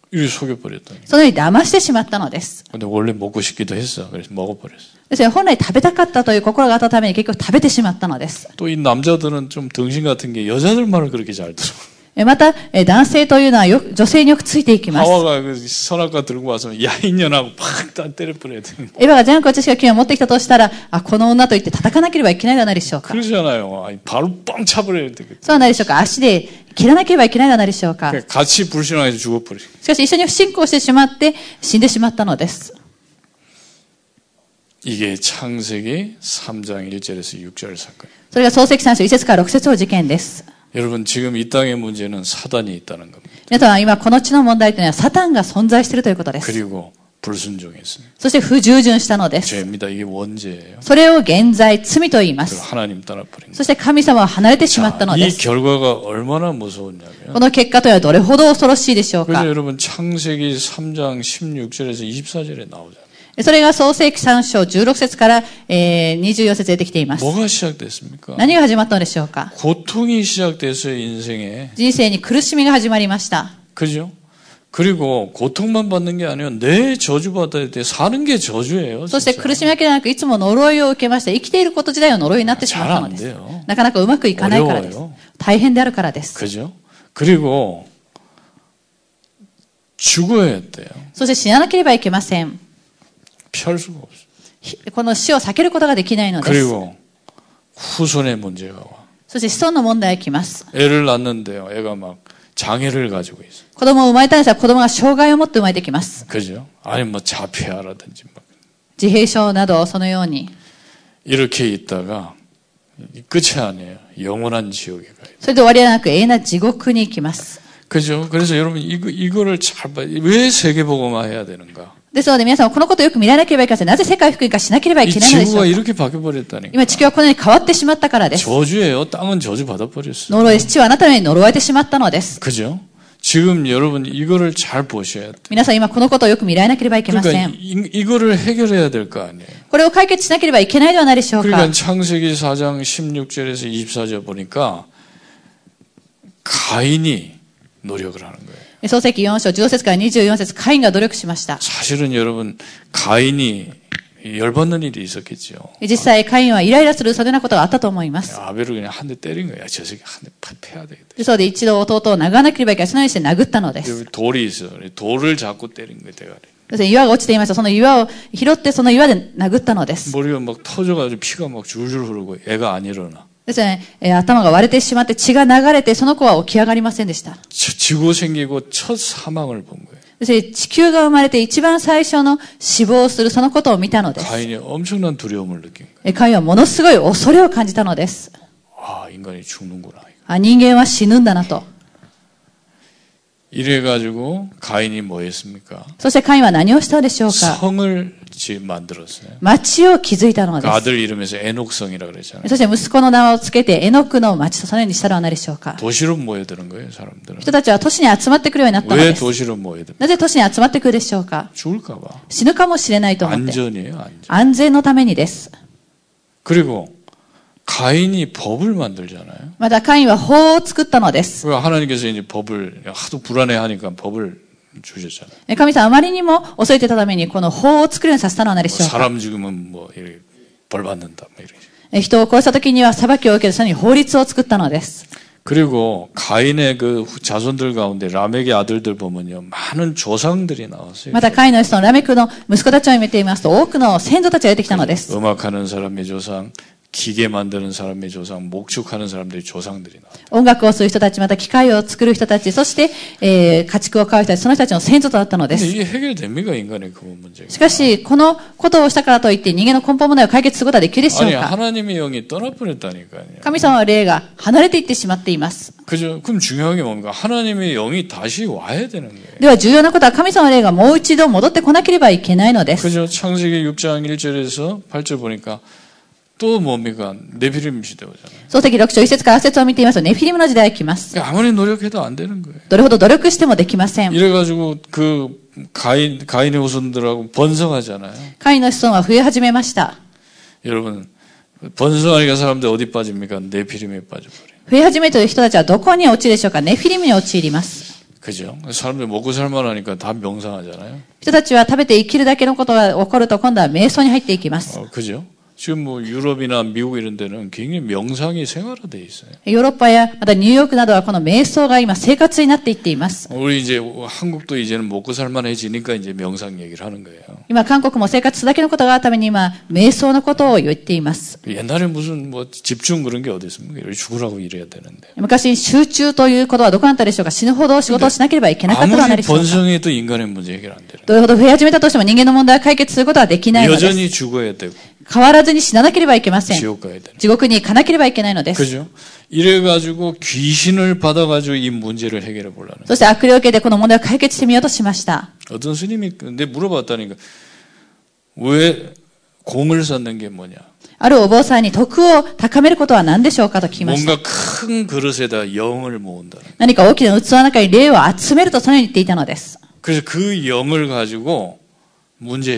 C: 이리 속여버렸다니.
A: そのように騙してしまったのです。
C: 근데 원래 먹고 싶기도 했어. 그래서 먹어버렸어.
A: ですね、本来食べたかったという心があったために結局食べてしまったのです。
C: 또 이 남자들은 좀 등신 같은 게 여자들 말을 그렇게 잘 들어.
A: えまた、え男性というのはよ女性によくついていきます。
C: 하와가 그 선악과 들고 와서 야인년하고 팍다 때려버려야 되는.
A: エヴァが善悪の知識を君は持ってきたとしたら、あ、この女と言って叩かなければいけないではないでしょうか。
C: 그러잖아요. 아니, 바로 뻥 차버려야 되겠다.
A: そうはないでしょうか。足で切らなければいけないではないでしょうか。
C: 그러니까 같이 불신앙해서 죽어버려.
A: しかし一緒に不信仰してしまって死んでしまったのです。
C: 이게 창세기 3장 1절에서 6절 사건.
A: それが創世記3章1節から6節の事件です。
C: 여러분 지금 이 땅의 문제는 사단이 있다는 겁니다.
A: 皆さんは今この地の問題というのはサタンが存在しているということです。
C: 그리고 불순종했어요.
A: そして不従順したのです。
C: 죄입니다. 이게 원죄예요.
A: それを現在罪と言いま
C: 그리고
A: す。
C: 하나님 떠나버린
A: そして神様は離れてしまったので
C: 이
A: す。
C: 결과가 얼마나 무서웠냐면
A: この結果というのはどれほど恐ろしいでしょう
C: 그래서
A: か。
C: 여러분 창세기 3장 16절에서 24절에 나오잖아요.
A: それが創世記3章16節から、えー24節出てきています。
C: 뭐가 시작됐습니까?
A: 何が始まったのでしょうか
C: 고통이 시작됐어요, 인생에.
A: 人生に苦しみが始まりました。
C: 그죠? 그리고 고통만 받는 게 아니에요. 내 저주받아야 돼. 사는 게 저주예요.
A: そして苦
C: 진짜.
A: しみだけではなく、いつも呪いを受けました。生きていること自体は呪いになってしまったので
C: 잘안
A: す
C: 돼요 。
A: なかなかうまくいかないからです。大変であるからです。
C: 그죠? 그리고 죽어야 돼요.
A: そして死ななければいけません。
C: 펼 수가 없어요.
A: ひこの死を避けることができないのです。
C: 그리고 후손의 문제가 와.
A: そして子孫の問題が来ます。
C: 애를 낳는데요. 애가 막 장애를 가지고 있어.
A: 子供を生まれたんですが、子供が障害を持って生まれてきます。
C: 그죠? 아니 뭐 자폐아라든지 막
A: 自閉症など、そのように。
C: 이렇게 있다가 끝이 아니에요. 영원한 지옥에 가요.
A: それで終わりではなく、永遠な地獄に行きます。
C: 그죠? 그래서 여러분 이거 이거를 잘 봐. 왜 세계 복음화 해야 되는가?
A: ですので皆さんはこのことをよく見られなければいけません。なぜ世界福音化しなければい
C: 이
A: けないのでしょうか
C: 지구가 아, 이렇게 바뀌어 버렸다니까.
A: 今地球はこのように変わってしまった
C: 네.
A: からです。
C: 저주예요. 땅은 저주 받아 버렸어요.
A: 呪い、地はあなたのように呪われてしまったのです。
C: 그죠? 지금 여러분 이거를 잘 보셔야 돼.
A: 皆さん今このことをよく見られなければいけま
C: 그러니까
A: せん。
C: 이, 이거를 해결해야 될 거 아니에요.
A: これを解決しなければいけないではないでしょう
C: 그러니까
A: か。
C: 창세기 4장 16절에서 24절 보니까 가인이 노력을 하는 거예요.
A: 創世記4章、15節から24節、カインが努力しました。
C: 사실은 여러분 가인이 열받는 일이 있었겠죠.
A: 実際、カインはイライラするそのようなことがあったと思います。
C: 아벨을 그냥 한 대 때린 거야. 저 새끼 한 대 패야 되겠다.
A: ですので一度弟を殴らなければいけない。そのようにして殴ったのです。
C: 여기 돌이 있어. 돌을 잡고 때린 거야 대가리.
A: ですね岩が落ちていました。その岩を拾って、その岩で殴ったのです。
C: 머리가 막 터져가지고 피가 막 줄줄 흐르고 애가 안 일어나.
A: ですね、えー頭が割れてしまって血が流れて、その子は起き上がりませんでした。
C: 저- 지고 생기고 첫 사망을 본 거예요.
A: ですね、地球が生まれて一番最初の死亡するそのことを見たのです。
C: 가인이 엄청난 두려움을 느낀 거예요.
A: えーカインはものすごい恐れを感じたのです。
C: 아 인간이 죽는구나.
A: あ、人間は死ぬんだなと。
C: 이래가지고 가인이 뭐 했습니까?
A: そしてカインは何をしたでしょうか
C: 성을 지- 만들었어요.
A: 町を築いたの
C: 그
A: です。
C: 아들 이름에서 에녹성이라 그랬잖아요.
A: そして息子の名をつけて、エノクの町とそのようにしたのは何でしょうか
C: 도시로 모여드는 거예요, 사람들은.
A: 人たちは都市に集まってくるようになったの
C: 왜
A: です。
C: 도시로 모여드는?
A: なぜ都市に集まってくるでしょうか
C: 죽을까봐.
A: 死ぬかもしれないと思って。
C: 안전이에요, 안전.
A: 安全のためにです。
C: 그리고 가인이 법을 만들잖아요.
A: またカインは法を作ったのです。
C: 그 하나님께서 이제 법을 하도 불안해하니까 법을 주셨잖아요.
A: え神さんあまりにも恐れてたために、この法を作るようにさせたのは何で
C: 뭐
A: しょうか
C: 사람 죽으면 뭐 이렇게 벌 받는다, 뭐 이렇게.
A: え人を殺した時には裁きを受ける、さらに法律を作ったのです。
C: 그리고 가인의 그 후- 자손들 가운데 라멕의 아들들 보면요, 많은 조상들이 나왔어요.
A: またカインの子孫、ラメクの息子たちを見ていますと、多くの先祖たちが出てきたのです。
C: 음악하는 사람의 조상, 기계 만드는 사람의 조상, 목축하는 사람들의 조상들이 나와요.
A: 音楽をする人たち、また機械を作る人たち、そして、えー家畜を飼う人たち、その人たちの先祖となったので
C: 근데
A: す。
C: 이게 해결됩니까 인간의 그 문제가?
A: しかし、このことをしたからといって人間の根本問題を解決することはできるでしょう
C: 아니
A: か
C: 하나님의 영이 떠나버렸다니까요.
A: 神様は霊が離れていってしまっています。
C: 그죠? 그럼 중요한 게 뭡니까? 하나님의 영이 다시 와야 되는 거예요.
A: では重要なことは神様の霊がもう一度戻ってこなければいけないのです。
C: 그죠? 창세기 6장 1절에서 8절 보니까 또 뭡니까? 네피림 시대오잖아요.
A: 創世記6章1節から8節を見ていますとネフィリムの時代が来ます。
C: 그러니까 아무리 노력해도 안 되는 거예요.
A: どれほど努力してもできません。
C: 이래가지고 그 가인 가인의 후손들하고 번성하잖아요.
A: カインの子孫は増え始めました。
C: 여러분 번성하니까 사람들 어디 빠집니까? 네피림에 빠져버려요.
A: 増え始めている人たちはどこに陥るでしょうかネフィリムに陥ります。
C: 그죠? 사람들이 먹고 살만하니까 다 명상하잖아요.
A: 人たちは食べて生きるだけのことが起こると今度は瞑想に入っていきます。
C: 어, 그죠? 지금 뭐 유럽이나 미국 이런 데는 굉장히 명상이 생활화돼 있어요.
A: ヨーロッパやまたニューヨークなどはこの瞑想が今生活になっていっています。
C: 우리 이제 한국도 이제는 먹고 살만해지니까 이제 명상 얘기를 하는 거예요.
A: 今韓国も生活するだけのことがあるために今瞑想のことを言っています。
C: 옛날에 무슨 뭐 집중 그런 게 어디 있습니까? 여기 죽으라고 일해야 되는데.
A: 昔集中ということはどこだったでしょうか死ぬほど仕事をしなければいけなかったのはなりで
C: 아무리
A: しょうか
C: 번성해도 인간의 문제 해결 안 되는.
A: どれほど増え始めたとしても人間の問題を解決することはできないのです。
C: 여전히 죽어야 되고
A: 変わらずに死ななければいけません。
C: 지옥 가야 되는.
A: 地獄に行かなければいけないのです。
C: 그죠? 이래 가지고 귀신을 받아 가지고 이 문제를 해결해 보려는.
A: そして悪霊系でこの問題を解決してみようとしました。
C: 어떤 스님이 근데 물어봤다니까 왜 공을 쌓는 게 뭐냐?
A: あるお坊さんに徳を高めることは何でしょうかと聞きました。
C: 뭔가 큰 그릇에다 영을 모은다.
A: 何か大きな器の中に霊を集めるとそのように言っていたのです。
C: 그래서 그 영을 가지고 문제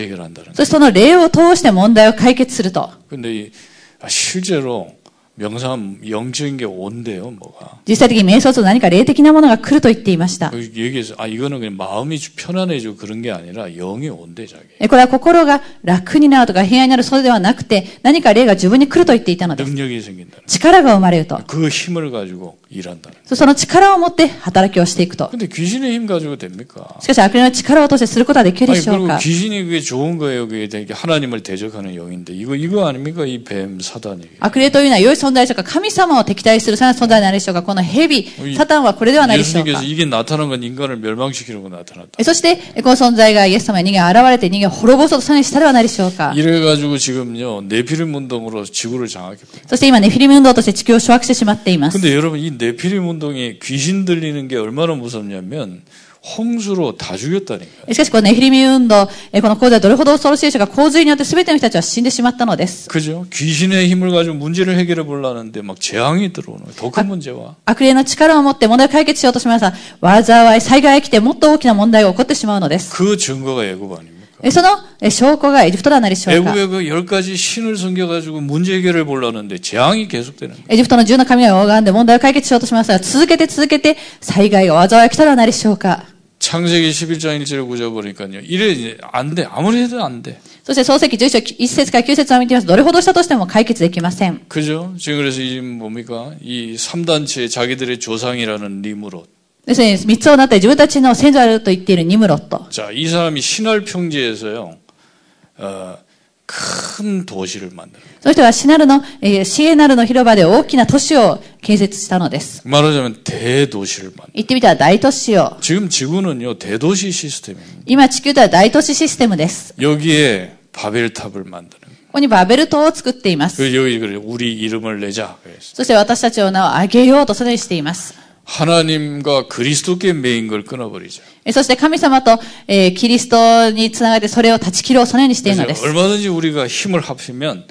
A: そ
C: 해결한다는 거예요.
A: してその霊を通して問題を解決すると。
C: 근데 이- 아, 실제로 명상 영적인 게 온대요, 뭐가.
A: 実際的に瞑想すると何か霊的なものが来ると言っていました
C: 그。 얘기해서 아 이거는 그냥 마음이 편안해지고 그런 게 아니라 영이 온대 자기.
A: えこれは心が楽になるとか平安になるそうではなくて、何か霊が自分に来ると言っていたのです。
C: 능력이 생긴다는.
A: 力が生まれると。
C: 그 힘을 가지고 일한다는.
A: そその力を持って働きをしていくと。
C: 근데 귀신의 힘 가지고 됩니까?
A: しかし悪霊の力を通してすることはできるで
C: 아니
A: しょう
C: 그렇죠. 그리고
A: か
C: 귀신이 그게 좋은 거예요. 그게 되게 하나님을 대적하는 영인데 이거 이거 아닙니까? 이 뱀 사단이.
A: 悪霊というのは良い存在でしょうか神様を敵対する存在ではないでしょうかこの蛇、サタンはこれではないでしょうか
C: 예수님께서 이게 나타난 건 인간을 멸망시키려고 나타났다.
A: えそして、えこの存在がイエス様に人間が現れて人間を滅ぼそうとされしたではないでしょうか
C: 이래가지고 지금요 네피림 운동으로 지구를 장악했고요.
A: そして今ね、フィリム運動として地球を掌握してしまっています。
C: 근데 여러분 이 네피림 운동이 귀신 들리는 게 얼마나 무섭냐면 홍수로 다 죽였다니까.
A: えしかしこのネフィリム運動、えこの洪水はどれほど恐ろしいでしょうか洪水によって全ての人たちは死んでしまったのです。
C: 그죠? 귀신의 힘을 가지고 문제를 해결해 보려는데 막 재앙이 들어오는 거예요. 더 큰 문제와.
A: 悪霊の力を持って問題を解決しようとしました。災い、災害が来てもっと大きな問題が起こってしまうのです。
C: 그 증거가 애굽 아닙니까?
A: えそのえ証拠がエジプトではないでしょうか
C: 애굽의 그 열 가지 신을 섬겨가지고 문제 해결을 보려는데 재앙이 계속되는 거예요.
A: エジプトの十の神が拝んで問題を解決しようとしますが、続けて続けて災害が災いが来たではないでしょうか。
C: 창세기 11장 1절을 구져보니까요. 이래 이제 안 돼. 아무리 해도 안 돼.
A: そして創世記11章1節から9節を見てみますと、どれほどしたとしても解決できません。
C: 그죠? 지금 그래서 이 뭡니까? 이 3단체 자기들의 조상이라는 리무롯.
A: ですね、三つをなって自分たちの先祖であると言っているニムロット。
C: 자, 이 사람이 신할 평지에서요. 어, 큰 도시를 만들어요.
A: その人はシナルの、えーシエナルの広場で大きな都市を建設したのです。
C: 말하자면 대도시를 만들어요.
A: 言ってみたら大都市を。
C: 지금 지구는요. 대도시 시스템입니다.
A: 今地球では大都市システムです。
C: 여기에 바벨탑을 만드는 거예요.
A: ここにバベル島を作っています。
C: 그 여기 그래 우리 이름을 내자 그랬어요.
A: そして私たちを名を上げようとそれにしています。
C: 하나님과 그리스도께 매인 걸 끊어버리자.
A: えそして神様と、えーキリストにつながってそれを断ち切ろう、そのようにしているので
C: 그래서
A: す。
C: 얼마든지 우리가 힘을 합치면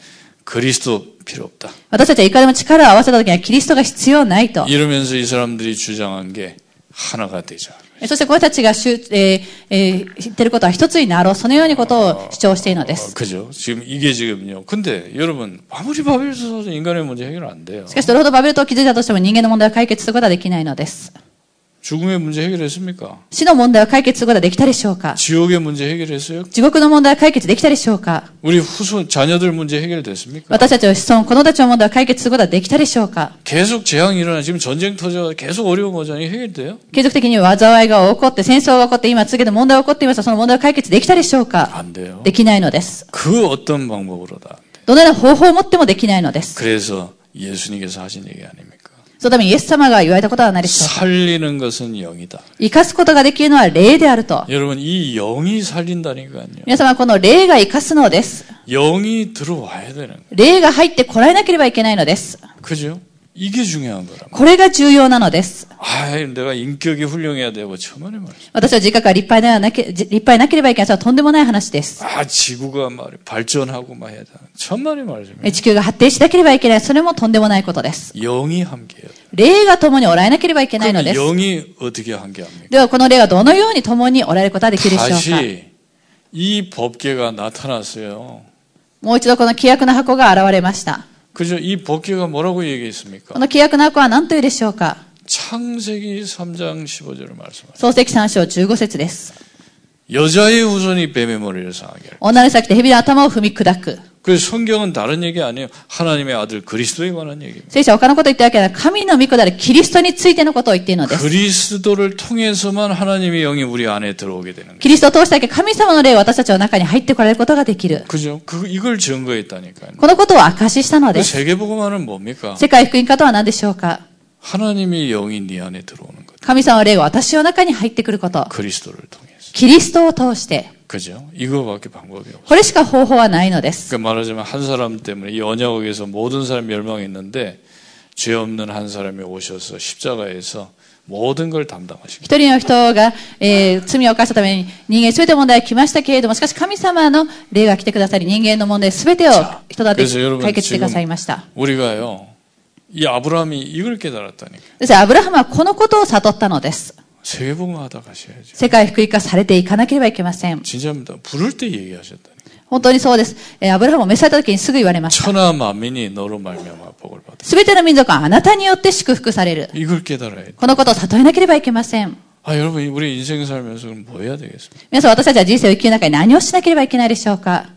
C: 그리스도 필요 없다.
A: 私たちはいかでも力を合わせた時にはキリストが必要ないと。
C: 이러면서 이 사람들이 주장한 게 하나가 되자.
A: えそして私たちがしゅ、えーえー言ってることは一つになろう、そのようにことを主張しているので
C: 어,
A: す。
C: 그죠? 지금 이게 지금요. 근데 여러분 아무리 바벨에서 인간의 문제 해결 안 돼요.
A: しかし、どれほどバベルトを築いたとしても人間の問題を解決することはできないのです。
C: 죽음의 문제 해결했습니까?
A: 死の問題を解決することはできたでしょうか
C: 지옥의 문제 해결했어요?
A: 地獄の問題は解決できたでしょうか
C: 우리 후손 자녀들 문제 해결됐습니까?
A: 私たちの子孫、子供たちの問題を解決することはできたでしょうか
C: 계속 재앙이 일어나 지금 전쟁 터져 계속 어려운 거잖아요. 해결돼요?
A: 継続的に災いが起こって、戦争が起こって、今次で問題が起こっていますが、その問題を解決できたでしょうか
C: 안 돼요.
A: できないのです。
C: 그 어떤 방법으로다.
A: どのような方法を持ってもできないのです。
C: 그래서 예수님께서 하신 얘기 아닙니까?
A: そのためにイエス様が言われたことは何でしょうか
C: 살리는 것은 영이다.
A: 生かすことができるのは霊であると。
C: 여러분 이 영이 살린다니까요.
A: 皆様、この霊が生かすのです。
C: 영이 들어와야 되는 거예요.
A: 霊が入ってこられなければいけないのです。
C: 그죠? 이게 중요한 거라고.
A: これが重要なのです。
C: 아, 내가 인격이 훌륭해야 되고 천만의 말.
A: 私は自覚が立派ではなけ、立派でなければいけない。それはとんでもない話です。
C: 아, 지구가 말이 발전하고 막 해야 돼. 천만의 말이죠.
A: 地球が発展しなければいけない。それもとんでもないことです。
C: 영이 함께해요.
A: 霊が共におられなければいけないの
C: 그럼
A: です。
C: 영이 어떻게 함께합니까?
A: では、この霊がどのように共におられることができるでしょうか
C: 다시 이 법계가 나타났어요.
A: もう一度この規約の箱が現れました。
C: 그죠? 이 법계가 뭐라고 얘기했습니까?
A: この規約の箱は何というでしょうか
C: 창세기 3장 15절을 말씀하십니다.
A: 創世記3章15節です。
C: 여자의 후손이 뱀의 머리를 상하게 할.
A: 女の先で蛇の頭を踏み砕く。
C: 그래서 성경은 다른 얘기 아니에요. 하나님의 아들 그리스도에 관한 얘기입니다.
A: 聖書は他のことを言ってるわけではなく、神の御子であるキリストについてのことを言っているのです。
C: 그리스도를 통해서만 하나님의 영이 우리 안에 들어오게 되는 거예요.
A: キリストを通してだけ神様の霊を私たちの中に入ってこられることができる。
C: 그죠? 그 이걸 증거했다니까요.
A: このことを証ししたの
C: 그
A: です。
C: 세계복음화는 뭡니까?
A: 世界福音家とは何でしょうか
C: 하나님의 영이 네 안에 들어오는 것.
A: 神様の霊が私の中に入ってくること。
C: 그리스도를 통해서.
A: キリストを通して。
C: 그죠? 이거밖에 방법이 없어요.
A: これしか方法はないのです。
C: 그러니까 말하자면 한 사람 때문에 이 언약에서 모든 사람이 멸망했는데 죄 없는 한 사람이 오셔서 십자가에서 모든 걸 담당하신 거예요.
A: 一人の人が、えー罪を犯したために人間すべての問題が来ましたけれども、しかし神様の霊が来てくださり、人間の問題すべてを人だて
C: 그래서여러분
A: 解決してください
C: 지금
A: ました。
C: 우리가요 이 아브라함이 이걸 깨달았다니까
A: ですからアブラハムはこのことを悟ったのです。
C: 세계복음화하다 가셔야죠
A: 世界福音化されていかなければいけません。
C: 진짜입니다 부를 때 얘기하셨다니까
A: 本当にそうです。えーアブラハムを召された時にすぐ言われました。
C: 천하 만민이 너로 말미암아 복을 받아
A: すべての民族はあなたによって祝福される。
C: 이걸 깨달아야 돼.
A: このことを悟えなければいけません。
C: 아 여러분 우리 인생 살면서 그럼 뭐 해야 되겠습니까
A: 皆さん私たちは人生を生きる中に何をしなければいけないでしょうか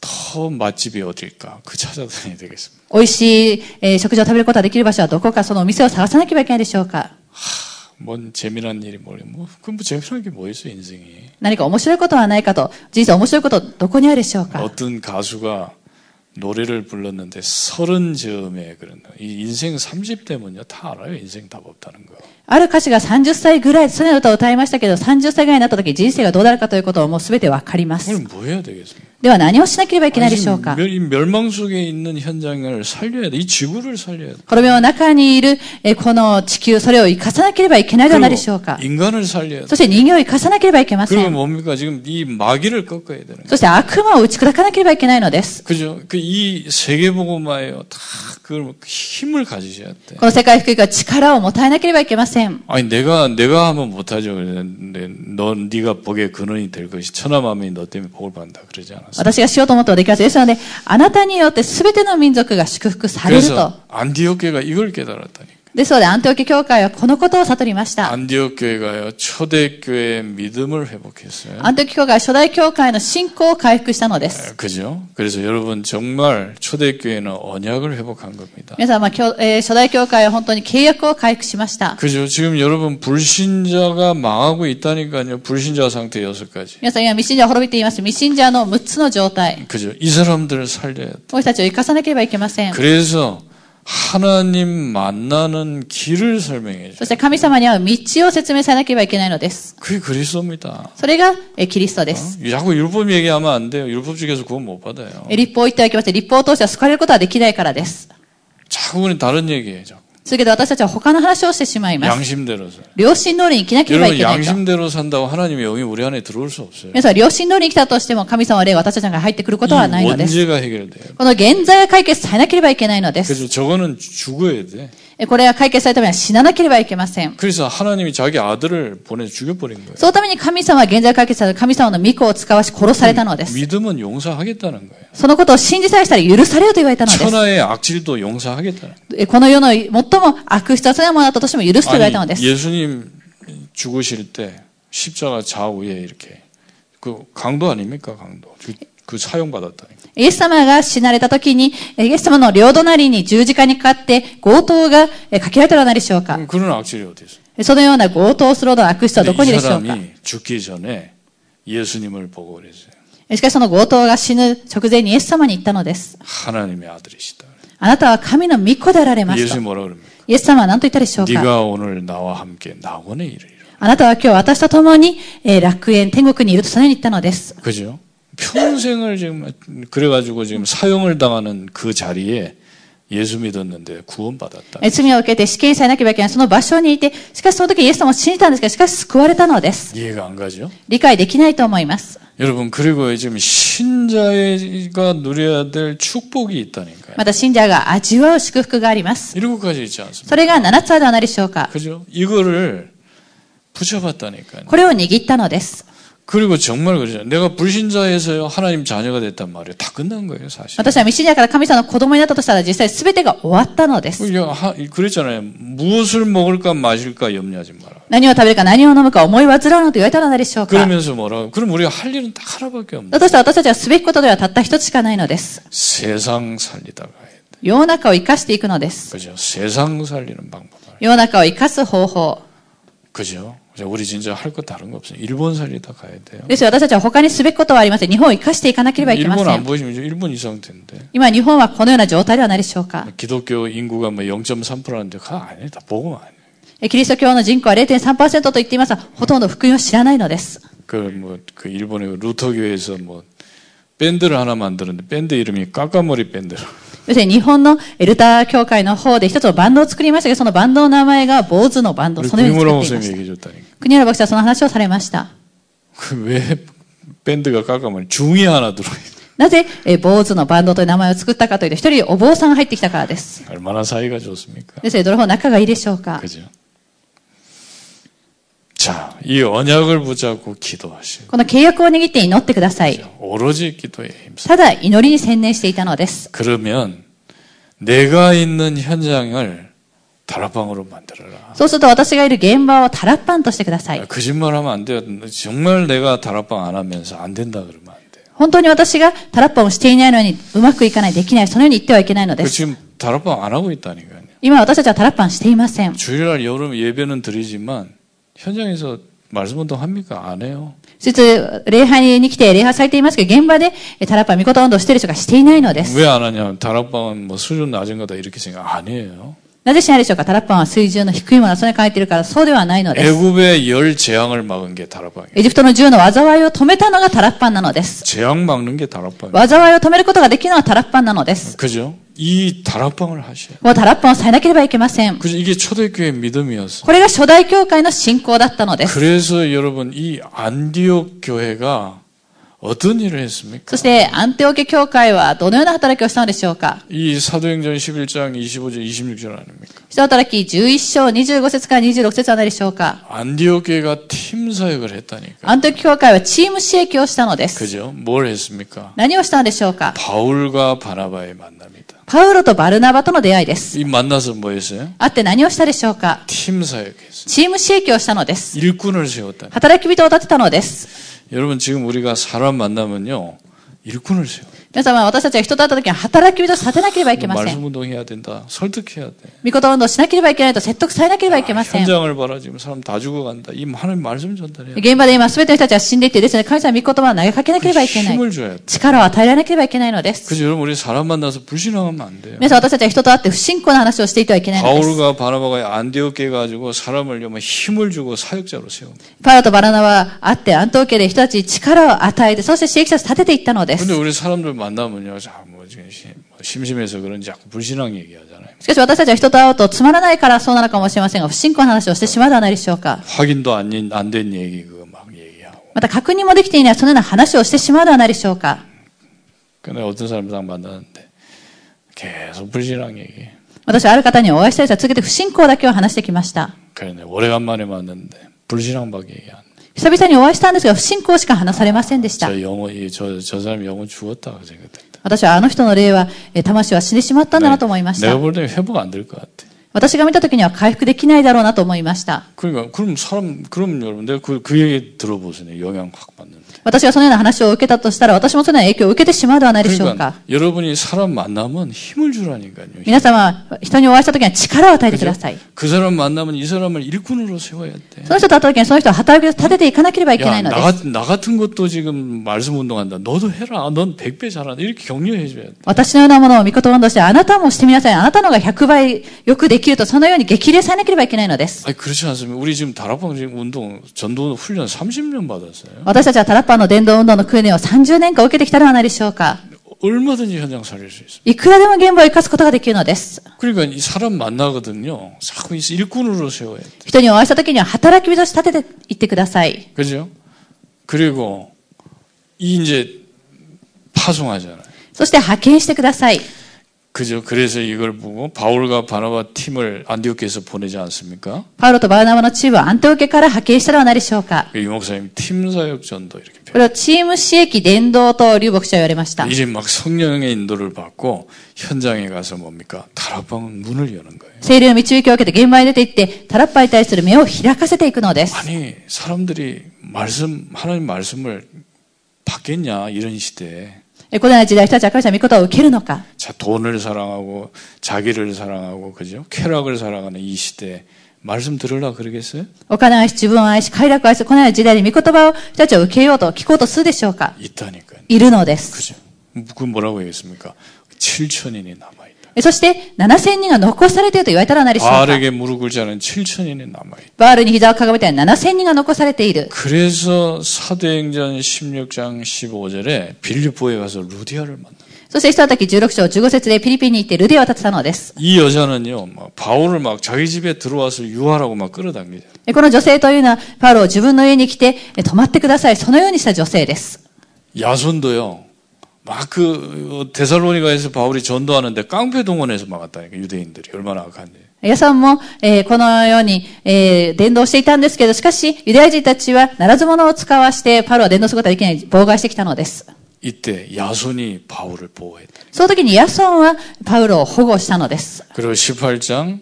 C: 더 맛집이 어딜까 그 찾아다녀야 되겠습니다
A: 美味しい、えー食事を食べることができる場所はどこかそのお店を探さなければいけないでしょうか
C: 뭔 재미난 일이 뭐래 뭐 그럼 뭐 재미난 게 뭐 있어 인생이
A: 何か面白いことはないかと、人生面白いことどこにあるでしょうか
C: 어떤 가수가 노래를 불렀는데 서른 즈음에 그런 이 인생 30대면요 다 알아요 인생 답 없다는 거
A: ある歌手が30歳ぐらい、その歌を歌いましたけど、30歳ぐらいになった時、人生がどうなるかということをもう全てわかりま
C: 그럼
A: す。
C: 뭐 해야 되겠습니까?
A: では何をしなければいけないでしょうか
C: 멸- 이 멸망 속에 있는 현장을 살려야 돼. 이 지구를 살려야 돼.
A: この世の中にいる、えーこの地球、それを生かさなければいけないではないでしょうか
C: 그리고 。 인간을 살려야
A: そ
C: 돼.
A: して人間を生かさなければいけませ
C: 그리고
A: ん。
C: 뭡니까? 지금 이 마귀를 꺾어야 되는 거예요.
A: そして悪魔を打ち砕かなければいけないのです。
C: 그죠? 그 이 세계보고마에요. 다 그걸 힘을 가지셔야 돼.
A: この世界福音が力をもたえなければいけません。
C: 아니 내가 내가 하면 못하죠. 그런데 넌 네가 복의 근원이 될 것이 천하만민이 너 때문에 복을 받는다 그러지 않았어.
A: 私がしようと思ってはできません。ですので、あなたによって全ての民族が祝福されると。
C: 그래서 안디옥교가 이걸 깨달았다니.
A: ですので、アンテオキ教会はこのことを悟りました。
C: 안디옥교회가요 초대교회의 믿음을 회복했어요.
A: アンテオキ教会は初代教会の信仰を回復したので
C: 아,
A: す。
C: 그죠? 그래서 여러분 정말 초대교회는 언약을 회복한 겁니다.
A: 皆様、教えー初代教会は本当に契約を回復しました。
C: 그죠? 지금 여러분 불신자가 망하고 있다니까요. 불신자 상태 여섯 가지.
A: 皆さん、今、未信者を滅びています。未信者の6つの状態。
C: 그죠? 이 사람들을 살려야 돼.
A: 私たちを生かさなければいけません。
C: 그래서 하나님 만나는 길을 설명해
A: そし
C: 줘요.
A: て神様に会う道を説明されなければいけないのです。
C: 그게 그리스도입니다.
A: それが、えーキリストです。
C: 어? 자꾸 율법 얘기하면 안 돼요. 율법 쪽에서 구원 못 받아요.
A: えー立法を言ってはいけません。立法を通しては救われることはできないからです。
C: 자꾸 그냥 다른 얘기해요. 자꾸.
A: 続けて私たちは他の話をしてし
C: 네,
A: まいます。
C: 양심대로서.
A: 良心通りに生きなければい
C: 여러분
A: けないと。
C: 양심대로 산다고 네, 하나님의 영이 우리 안에 들어올 수 없어요.
A: 皆さん、良心通りに生きたとしても、神様は霊が私たちの中に入ってくることはない
C: 이
A: のです。
C: 원죄가 해결돼요.
A: この現在が解決されなければいけないのです。
C: 그래서 저거는 죽어야 돼.
A: えこれが解決されるためには死ななければいけません。
C: 그래서 하나님이 자기 아들을 보내 죽여버린 거예요.
A: そのために神様は現在解決される神様の御子を使わし殺されたのです。
C: 믿음은 용서하겠다는 거예요.
A: そのことを信じさえしたら許されると言われたのです。
C: 천하의 악질도 용서하겠다는
A: えこの世の最も悪質なものだったとしても許すと言われたので
C: 거예요.
A: す。
C: 예수님 죽으실 때 십자가 좌우에 이렇게 그 강도 아닙니까 강도 그, 그 사용 받았다니까.
A: イエス様が死なれた時に、えイエス様の両隣に十字架にかかって強盗がえかけられたのはないでしょうか
C: 그럼 그런 악질이 어디 있어?
A: そのような強盗をするほどの悪質はどこに
C: 이
A: でしょうか
C: 사람이 죽기 전에 예수님을 보고 그랬어요.
A: しかしその強盗が死ぬ直前にイエス様に言ったのです。
C: 하나님의 아들이시다.
A: あなたは神の御子であられます
C: 예수님
A: と。
C: 뭐라 그럽니까?
A: イエス様は何と言ったでしょうか
C: 네가 오늘 나와 함께 낙원에 이르리라.
A: あなたは今日私と共に、えー楽園、天国にいるとそのように言ったのです。
C: 그죠? 평생을 지금 그래가지고 지금 사형을 당하는 그 자리에 예수 믿었는데 구원받았다.
A: えー罪を受けて死刑されなければいけないその場所にいて、しかしその時イエス様を信じたんですけど、しかし救われたのです。
C: 이해가 안 가죠?
A: 理解できないと思います。
C: 여러분 그리고 지금 신자가 누려야 될 축복이 있다니까요.
A: また信者が味わう祝福があります。
C: 일곱 가지 있지 않습니까?
A: それが7つあるではないでしょうか。
C: 그죠? 이거를 붙여봤다니까요.
A: これを握ったのです。
C: 그리고 정말 그러죠. 내가 불신자에서 하나님 자녀가 됐단 말이에요. 다 끝난 거예요, 사실.
A: 私は未信者から神様の子供になったとしたら実際全てが終わったのです。
C: 그러니까 하- 그랬잖아요. 무엇을 먹을까 마실까 염려하지 마라.
A: 何を食べるか何を飲むか思い煩うのと言われたらないでしょうか。
C: 그러면서 뭐라고? 그럼 우리가 할 일은 딱 하나밖에 없는
A: だとしたら私たちはすべきことではたった一つしかないのです。
C: 세상 살리다가 해야 돼.
A: 世の中を生かしていくのです。
C: 그죠? 세상 살리는 방법.
A: 世の中を生かす方法。
C: 그죠? 그죠? 우리 진짜 할 거 다른 거 없어요. 일본 살리다 가야 돼요.
A: です私たちは他にすべきことはありません。日本を生かしていかなければいけま
C: 음, 일본
A: せ
C: 안
A: ん。
C: 보시면 이제 일본 이상 텐데.
A: 今日本はこのような状態ではないでしょうか。
C: 기독교 인구가 뭐 0.3%라는데 그거 아니에요. 다 보고 아니에요.
A: えキリスト教の人口は0.3%と言っていますが、ほとんど福音を知らないのです。
C: 그 뭐 그 일본의 루터 교회에서 뭐 밴드를 하나 만드는데 밴드 이름이 까까머리 밴드.
A: 要するに日本のエルター教会の方で一つのバンドを作りましたけど、そのバンドの名前が坊主のバンド、
C: 우리
A: そのように作っ
C: 구이모라
A: ていま
C: 목사님이
A: した。
C: 얘기해 줬다니까.
A: 国原牧師はその話をされました。
C: 그 왜 밴드가 까까머리 중이 하나 들어. 있
A: なぜ、え坊主のバンドという名前を作ったかというと、一人お坊さんが入ってきたからです。
C: 얼마나 사이가 좋습니까?
A: ですので、どれほど仲がいいでしょうか。
C: 그죠? 자, 이 언약을 붙잡고 기도하시고
A: この契約を握って祈ってください。
C: 오로지 기도에 힘써.
A: ただ祈りに専念していたのです。
C: 그러면 내가 있는 현장을 다락방으로 만들어라.
A: そうすると私がいる現場をタラッパンとしてください。
C: 거짓말하면 안 돼요. 정말 내가 다락방 안 하면서 안 된다 그러면 안 돼요.
A: 本当に私がタラッパンをしていないのにうまくいかない、できない、そのように言ってはいけないので
C: 그
A: す。
C: 지금 다락방 안 하고 있다니까요.
A: 今私たちはタラッパンしていません。
C: 주일날 여름 예배는 드리지만 현장에서 말씀 운동 합니까? 안 해요.
A: 実質、礼拝に来て礼拝されていますけど、現場でえタラッパン、御事運動をしている人がしていないのです。
C: 왜 안 하냐면 다락방은 뭐 수준 낮은 거다 이렇게 생각 안 해요.
A: なぜしないでしょうかタラッパンは水準の低いものを備え変えているから、そうではないのです。
C: 애굽의 열 재앙을 막은 게 다락방이에요.
A: エジプトの銃の災いを止めたのがタラッパンなのです。
C: 재앙 막는 게 다락방이에요.
A: 災いを止めることができるのはタラッパンなのです。
C: 그죠? 이 다락방을 하셔야 돼요.
A: このタラッパンをさえなければいけません。
C: 그죠? 이게 초대교회 믿음이었어요.
A: これが初代教会の信仰だった
C: 네.
A: のです。
C: 그래서 여러분 이 안디옥 교회가 어떤 일을 했습니까?
A: そして、アンテオケ教会はどのような働きをしたのでしょうか
C: 이 사도행전 11장 25절 26절 아닙니까?
A: 人働き11章25節から26節はないでしょうか
C: 안디옥 교회가 팀 사역을 했다니까.
A: アンテオケ教会はチーム支益をしたのです。
C: 그죠? 뭘 했습니까?
A: 何をしたのでしょうか
C: 바울과 바나바의 만남이다.
A: パウロとバルナバとの出会いです。
C: 이 만나서 뭐 했어요?
A: 会って何をしたでしょうか
C: 팀 사역했어요.
A: チーム支益をしたのです。
C: 일꾼을 세웠다.
A: 働き人を立てたのです。
C: 여러분 지금 우리가 사람 만나면요. 일꾼을 세워요.
A: 皆様、私たちが人と会った時に働き人を立てなければいけません。
C: 말씀 운동해야 된다. 설득해야 돼.
A: 御事運動をしなければいけないと説得されなければいけません。
C: 현장을 봐라. 지금 사람 다 죽어간다. 이 하나님 말씀 전달해야 돼.
A: 現場で今全ての人たちは死んでいてですね、神様の御言葉を投げかけなければいけない。
C: 그 힘을 줘야 돼.
A: 力を与えられなければいけないのです。
C: 그죠? 여러분 우리 사람 만나서 불신앙하면 안 돼요.
A: 皆さん、私たちは人と会って不信仰な話をしていてはいけないのです。
C: 바울과 바나바가 안디옥에 가지고 사람을 뭐 힘을 주고 사역자로 세운 거예요.
A: パウロとバラナは会って、アントーケで人たちに力を与えて、そして刺激者を立てていったので
C: 근데
A: す。
C: 우리 사람들 만나면요, 자, 뭐 지금 심- 뭐 심심해서 그런지 자꾸 불신앙 얘기하잖아요.
A: しかし私たちは人と会うとつまらないからそうなのかもしれませんが、不信仰な話をしてしまうではないでしょうか。
C: 확인도 안 된 얘기 그거 막 얘기하고.
A: また確認もできていない、そのような話をしてしまうではないでしょうか。
C: 근데 어떤 사람들 딱 만나는데 계속 불신앙 얘기.
A: 私はある方にお会いしたりしたら続けて不信仰だけを話してきました。
C: 그런데 오래간만에 만났는데 불신앙밖에 얘기 안. 해.
A: 久々にお会いしたんですが、不信仰しか話されませんでした。
C: 저 영혼, 이- 저, 저 사람 영혼 죽었다 그 생각했다.
A: 私はあの人の霊は、えー魂は死んでしまったんだなと思いまし
C: 내가
A: た。
C: 볼 때 회복 안 될 것 같아.
A: 私が見た時には回復できないだろうなと思いました。
C: 그러니까 그럼 사람 그럼 여러분 내가 그, 그 얘기 들어보세요. 영향 확 받는데.
A: 私がそのような話を受けたとしたら、私もそのような影響を受けてしまうではないでしょう
C: 그러니까
A: か。
C: 여러분이 사람 만나면 힘을 주라니까요.
A: 皆様は人にお会いした時には力を与えてく
C: 그죠?
A: ださい。
C: 그 사람 만나면 이 사람을 일꾼으로 세워야 돼.
A: その人と会った時にその人を働きを立てていかなければいけな
C: 야,
A: いの
C: 나
A: です。
C: 같은, 나 같은 것도 지금 말씀 운동한다. 너도 해라. 넌 100배 잘한다. 이렇게 격려해줘야 돼.
A: 私のようなものを御言葉として、あなたもしてみなさい。あなたのが100倍よくできると、そのように激励されなければいけないのです。
C: 아니, 그렇지 않습니까? 우리 지금 다락방 지금 운동, 전도 훈련 30년 받았어요.
A: 私たちはタラッパーの伝道運動の訓練を30年間受けてきたではないでしょうか。
C: 얼마든지 현장 살릴 수 있어요.
A: いくらでも現場を生かすことができるのです。
C: 그러니까 이 사람 만나거든요. 자꾸 이 일꾼으로 세워야 돼.
A: 人にお会いした時には働き人として立てていってください。
C: 그죠? 그리고 이 이제 파송하잖아요.
A: そして派遣してください。
C: 그죠. 그래서 이걸 보고 바울과 바나바 팀을 안디옥에서 보내지 않습니까?
A: パウロとバーナバのチームをアンテオ家から派遣したのは何でしょうか
C: 이 목사님 팀 사역 전도 이렇게 표현.
A: これをチーム私益伝道と流牧師は言われました。
C: 이제 막 성령의 인도를 받고 현장에 가서 뭡니까? 다락방 문을 여는 거예요.
A: 聖霊の導きを受けて現場に出て行って、タラッパに対する目を開かせていくのです。
C: 아니 사람들이 말씀 하나님 말씀을 받겠냐 이런 시대에
A: え古代の時代、人たちは神様の御言を受けるのか。
C: 자 돈을 사랑하고 자기를 사랑하고 그죠? 쾌락을 사랑하는 이 시대에 말씀 들으라 그러겠어요?
A: お金を愛し、自分を愛し、快楽を愛する、このような時代に御言葉を人たちは受けようと、聞こうとするでしょうか。
C: 있다니까요.
A: いるのです。
C: 그죠? 그 뭐라고 얘기했습니까? 7천인이 남아 있다.
A: えそして、7000人が残されていると言われたら何でしょうか。
C: 바알에게 무릎 꿇지 않은 7천인이 남아 있다.
A: バールに膝をかがめて7000人が残されている。
C: 그래서 사도행전 16장 15절에 빌립보에 가서 루디아를 만나.
A: そして、人たち16章15節でフィリピンに行ってルデアを立てたのです。
C: 이 여자는요, 막 바울을 막 자기 집에 들어와서 유하라고 막 끌어당기죠.
A: えこの女性というのは、パウロを自分の家に来て、え泊まってください。そのようにした女性です。
C: 야손도요, 막 그 데살로니가에서 바울이 전도하는데 깡패 동원해서 막았다니까 유대인들이 얼마나 악한지.
A: ヤさんも、えーこのように、えー伝道していたんですけど、しかし、ユダヤ人たちは、ならず者を使わして、パウロは伝道することはできない、妨害してきたのです。
C: 이때 야손이 바울을 보호했다.
A: その時にヤソンは、パウロを保護したのです。
C: 그리고 18장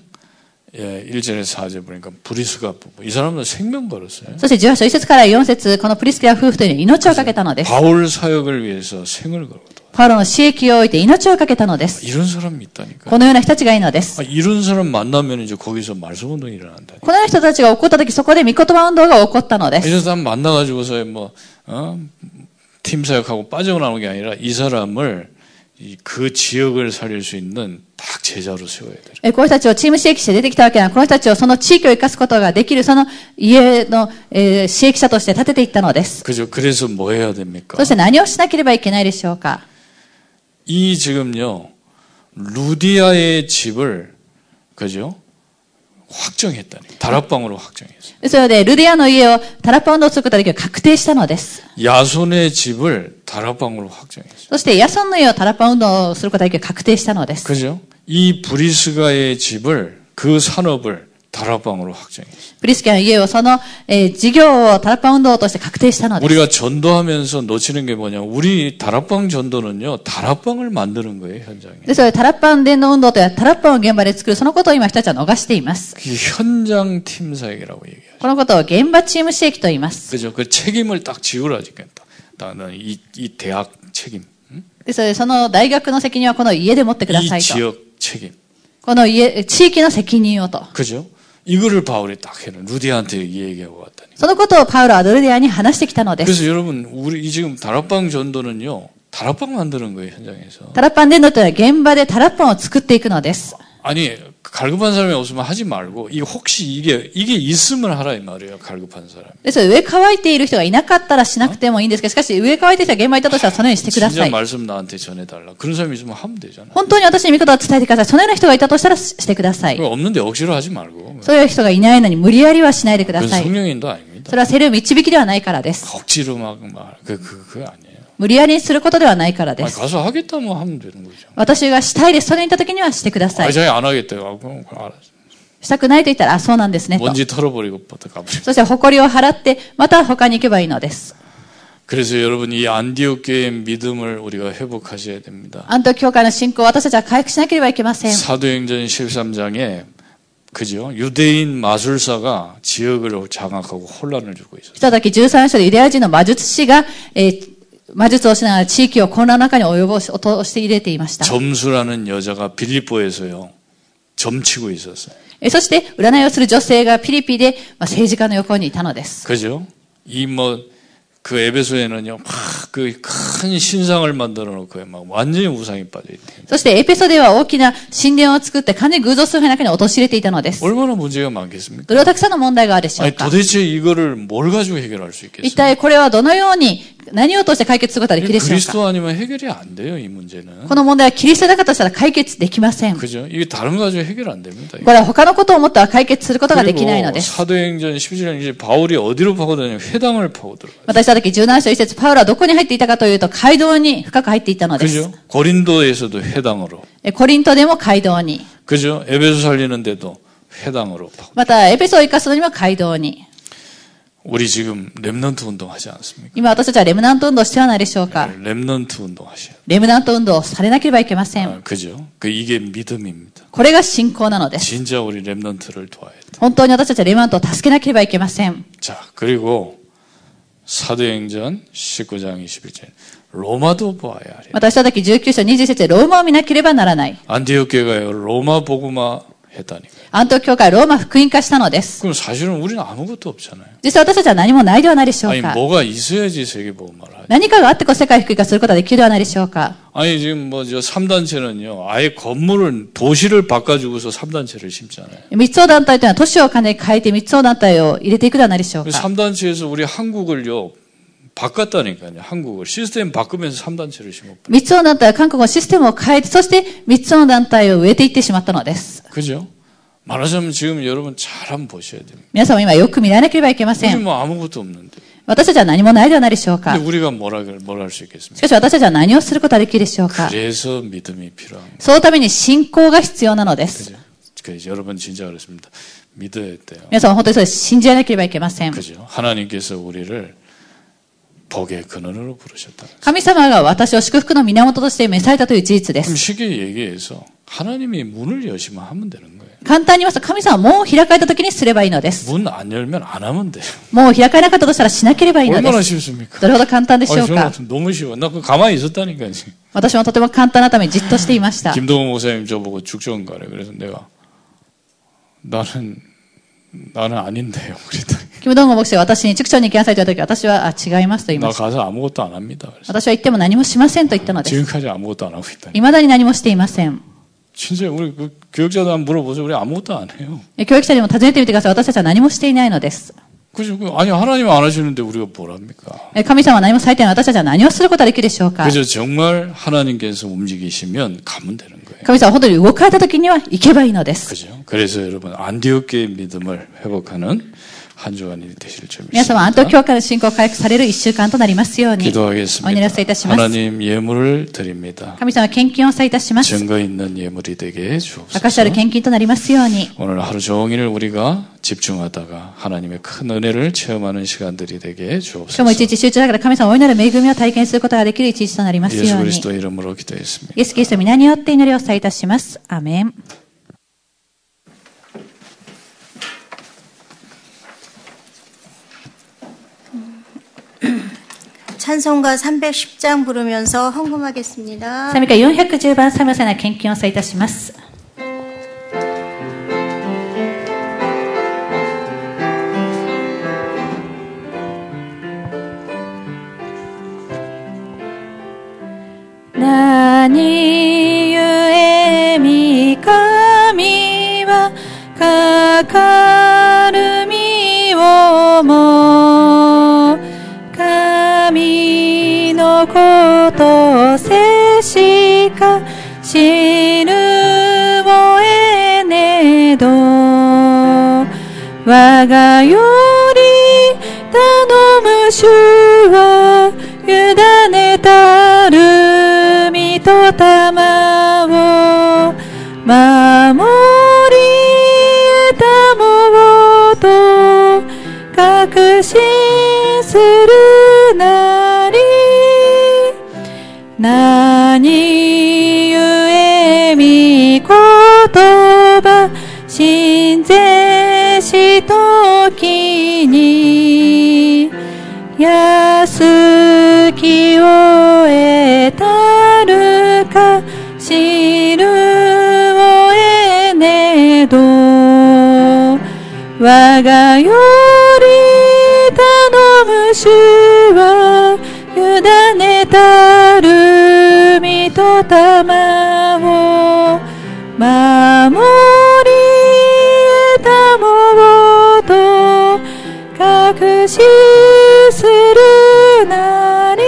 C: 예, 1절에 4절 보니까 브리스가 부부. 이 사람들 생명 걸었어요.
A: そして18章1節から4節このプリスキラ夫婦というのに命をかけたのです。
C: 바울 사역을 위해서 생을 걸었다.
A: パウロの私益を置いて命をかけたのです。
C: 이런 사람이 있다니까.
A: このような人たちがいいのです。
C: 아, 이런 사람 만나면 이제 거기서 말씀 운동이 일어난다.
A: このような人たちが起こった時、そこで御言葉運動が起こったのです。
C: 이 사람 만나가지고서 뭐, 어? 팀 사역하고 빠져나오는 게 아니라 이 사람을 이, 그 지역을 살릴 수 있는 딱 제자로 세워야 돼요.
A: えこの人たちをチーム刺激者で出てきたわけなのこの人たちをその地域を生かすことができる、その家の、えー刺激者として立てていったのです。
C: 그죠? 그래서 뭐 해야 됩니까?
A: そして何をしなければいけないでしょうか。
C: 이 지금요, 루디아의 집을, 그죠? 확정했다니. 다락방으로 확정했어요.
A: それで、ルディアの家をタラッパ運動を作った時は確定したのです。
C: 야손의 집을 다락방으로 확정했어요.
A: そして、ヤソンの家をタラッパ運動をすることだけは確定したのです。
C: 그죠? 이 브리스가의 집을, 그 산업을 다락방으로 확정했어요.
A: プリスキャの家をその、えー事業をタラッパ運動として確定したのです。
C: 우리가 전도하면서 놓치는 게 뭐냐? 우리 다락방 전도는요, 다락방을 만드는 거예요 현장에.
A: で、それでタラッパン伝道運動というタラッパンを現場で作る、そのことを今人たちは逃しています。
C: 그 현장 팀 사역이라고 얘기해요.
A: このことを現場チーム刺激と言います。
C: 그죠? 그 책임을 딱 지우라 지겠다. 나는 이, 이 대학 책임, 응?
A: で、それでその大学の責任はこの家で持ってくださ
C: 이
A: いと。
C: 지역 책임,
A: この家、地域の責任をと。
C: 그죠? 이거를 바울이 딱 해는 루디한테 얘기하고 왔다니.
A: そのことをパウロ・アドルディアに話してきたのです。
C: 그래서 여러분, 우리 이 지금 다락방 전도는요, 다락방 만드는 거예요 현장에서.
A: タラッパン伝道というのは現場でタラッパンを作っていくのです。
C: 아니 갈급한 사람이 없으면 하지 말고 이 혹시 이게 이게 있으면 하라 이 말이에요 갈급한 사람.
A: で、それ上乾いている人がいなかったらしなくてもいいんですけど、しかし上乾いている人が現場にいたとしたらそのようにしてくださ
C: 진짜
A: い。
C: 말씀 나한테 전해달라. 그런 사람이 있으면 하면 되잖아.
A: 本当に私に見事を伝えてください。そのような人がいたとしたらししてください。
C: 그거 없는데 억지로 하지 말고.
A: そういう人がいないのに無理やりはしないでくだ
C: 그건
A: さい。
C: 성령인도 아닙니다.
A: それはセル導きではないからです。
C: 억지로 막 말. 그, 그, 그 아니에요.
A: 無理やりにすることではないからで
C: 아니,
A: す。
C: 가서 하겠다면 하면 되는 거죠.
A: 私がしたいです。それに行った時にはしてくださ
C: 아,
A: い。
C: 자기 안 하겠대요. 아, 그럼 알았어.
A: したくないと言ったら、あ、そうなんですね。と。
C: 먼지 털어버리고 버터 가버리고.
A: そして誇りを払って、また他に行けばいいのです。
C: 그래서 여러분 이 안디옥 교회의 믿음을 우리가 회복하셔야 됩니다.
A: アント教会の信仰を私たちは回復しなければいけま
C: 네.
A: せん。
C: 사도행전 13장에 그죠? 유대인 마술사가 지역을 장악하고 혼란을 주고 있어요.
A: ひとたき13章でユダヤ人の魔術師が、えー魔術をしながら地域を混乱の中に及ぼし、落として入れていま
C: 아.
A: した。
C: 점수라는 여자가 빌립보에서요. 점치고 있었어요.
A: えーそして、占いをする女性がピリピで、まあ、政治家の横にいたのです。
C: 그죠? 이 뭐 그 에베소에는요 막그큰 신상을 만들어 놓고 막 완전히 우상이 빠져 있대.
A: そして、エペソでは大きな神殿を作って、完全に偶像崇拝の中に陥れていたのです。
C: 얼마나 문제가 많겠습니까?
A: どれはたくさんの問題があるでしょう
C: 아니
A: か
C: 도대체 그러니까. 이거를 뭘 가지고 해결할 수
A: 一
C: 있겠어요?
A: 体これはどのように何を通して解決することができるでしょうか
C: 그리스도 아니면 해결이 안 돼요, 이 문제는.
A: この問題はキリストだからとしたら解決できません。こ
C: 그죠? 이게 다른 거 가지고 해결 안 됩니다. 이거.
A: れは他のことをもっては解決することができないの
C: 그리고
A: です。
C: 사도행전 17장 이제 바울이 어디로 파고드냐면 회당을 파고들어요.
A: 私た時17章1節パウロはどこに入っていたかというと、街道に深く入っていたのです。
C: 그죠? 고린도에서도 회당으로.
A: えコリントでも街道に。
C: 그죠? 에베소 살리는데도 회당으로 파고.
A: また、エペソを生かすのにも街道に。
C: 우리 지금 렘넌트 운동하지 않습니까?
A: 今私たちはレムナント運動してはないでしょうか。
C: 렘넌트 운동하셔야 돼요.
A: レムナント運動をされなければいけません。
C: 아, 그죠? 그 이게 믿음입니다.
A: これが信仰なのです。
C: 진짜 우리 렘넌트를 도와야 돼.
A: 本当に私たちはレムナントを助けなければいけません。
C: 자, 그리고 사도행전 19장 21절 로마도 보아야 하리.
A: また、下時19章20節でローマを見なければならない。
C: 안디옥 교회가요 로마 복음화 했다니까.
A: アント教会はローマ福音化したのです。
C: 그럼 사실은 우리는 아무것도 없잖아요.
A: 実際私たちは何もないではないでしょう
C: 아니
A: か。
C: 뭐가 있어야지 세계 복음화를 하죠.
A: 何かがあってこそ世界を福音化することができるではないでしょうか。
C: 아니 지금 뭐저 3단체는요. 아예 건물을 도시를 바꿔 주고서 3단체를 심잖아요. 그
A: 三つを団体というのは都市を金に変えて三つを団体を入れていくではないでしょう
C: 그러니까.
A: か。
C: 3단체에서 우리 한국을요. 바꿨다니까요. 한국을 시스템 바꾸면서 3단체를 심었고.
A: 三つの団体は韓国のシステムを変えて、そして三つの団体を植えていってしまったのです。
C: 그죠? 말하자면 지금 여러분 잘 한번 보셔야 됩니다.
A: 皆様今よく見られなければいけませ
C: 우리
A: ん。
C: 뭐 아무것도 없는데.
A: 私たちは何もないではないでしょうか
C: 근데 。 우리가 뭐라 뭘할 수
A: し
C: 있겠습니까?
A: かし私たちは何をすることができるでしょう
C: 그러니까.
A: か。
C: 그래서 믿음이 필요합니다.
A: そのために信仰が必要なのです。
C: 그죠? 그 여러분 진짜 그렇습니다. 믿어야 돼요.
A: 皆様本当にそうです。信じなければいけません。
C: 그죠? 하나님께서 우리를 복의 근원으로 부르셨다.
A: 神様が私を祝福の源として召されたという事実で
C: 그럼
A: す。
C: 쉽게 얘기해서 하나님이 문을 여시면 하면 되는 거예요.
A: 簡単に言いますと、神様は門を開かれた時にすればいいのです。
C: 문 안 열면 안 하면 돼요.
A: 門を開かれなかったとしたらしなければいいので
C: 얼마나
A: す。
C: 쉽습니까?
A: どれほど簡単でしょ
C: 아니,
A: う
C: 저
A: か
C: 같은 너무 쉬워. 나 그 가만히 있었다니까요. 지금.
A: 私もとても簡単なためにじっとしていました。
C: 김동호 목사님 저보고 죽전 가래. 그래서 내가 나는 나는 아닌데요. 그랬더니
A: キム・ドンゴン牧師が私に畜長に行きなさいと言った時、私はあ違いますと言い
C: 나
A: ました。
C: 가서 아무것도 안 합니다. 그래서
A: 私は行っても何もしませんと言ったのです。
C: 지금까지 아무것도 안 하고 있다니.
A: 未だに何もしていません。
C: 진짜 우리 그 교육자도 한번 물어보세요. 우리 아무것도 안 해요.
A: え教育者にも尋ねてみてください。私たちは何もしていないのです。
C: 그죠? 그- 아니 하나님 안 하시는데 우리가 뭘 합니까?
A: え神様は何もされていない私たちは何をすることができるでしょうか
C: 그죠? 정말 하나님께서 움직이시면 가면 되는 거예요.
A: 神様は本当に動かれた時には行けばいいのです。
C: 그죠? 그래서 여러분 안디옥계의 믿음을 회복하는 한 주간이 되실 줄
A: 皆様、アント
C: 믿습니다.
A: 教会の信仰を回復される一週間となりますように、お祈らせいた
C: 기도하겠습니다.
A: します。
C: 하나님 예물을 드립니다.
A: 神様、献金をさいたします。
C: 증거 있는 예물이 되게 해
A: 証しあ
C: 주옵소서.
A: る献金となりますように。
C: 오늘 하루 종일 우리가 집중하다가 하나님의 큰 은혜를 체험하는 시간들이 되게 해
A: 今日も
C: 주옵소서.
A: 一日集中だから神様をお祈る恵みを体験することができる一日となります
C: 예수
A: ように。
C: 그리스도 이름으로 기도했습니다.
A: イエス・キリストの皆によって祈りをさいたします。アーメン。
B: 찬송가 310장 부르면서 헌금하겠습니다.
A: 賛美歌410番サムサナ献金をさいたします。何ゆえみ神はかかるみをも神のことせしか知るをえねど我がより頼む主は委ねたる身と玉を守り得たもうと確信するなり何ゆえみ言葉信ぜしときに安きを得たるか知るを得ねど我がより頼む主は委ねたる身と玉を守り得たもうと確信するなり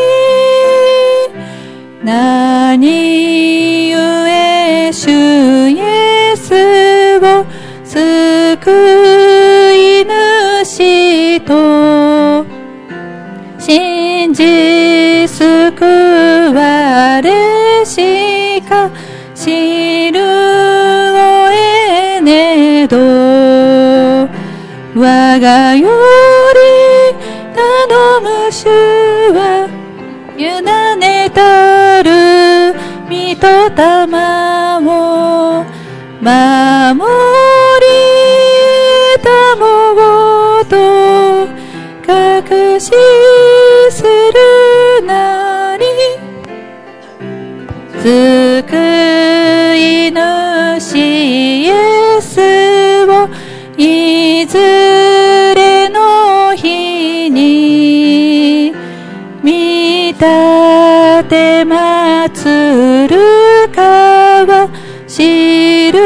E: 내가 시루어에 내도 와가 요리 나노무슈와 유난에 따르 미토타마모 마모리 타모고도 가그시 스르나리 救い主イエスをいずれの日に見立て祭るかは知る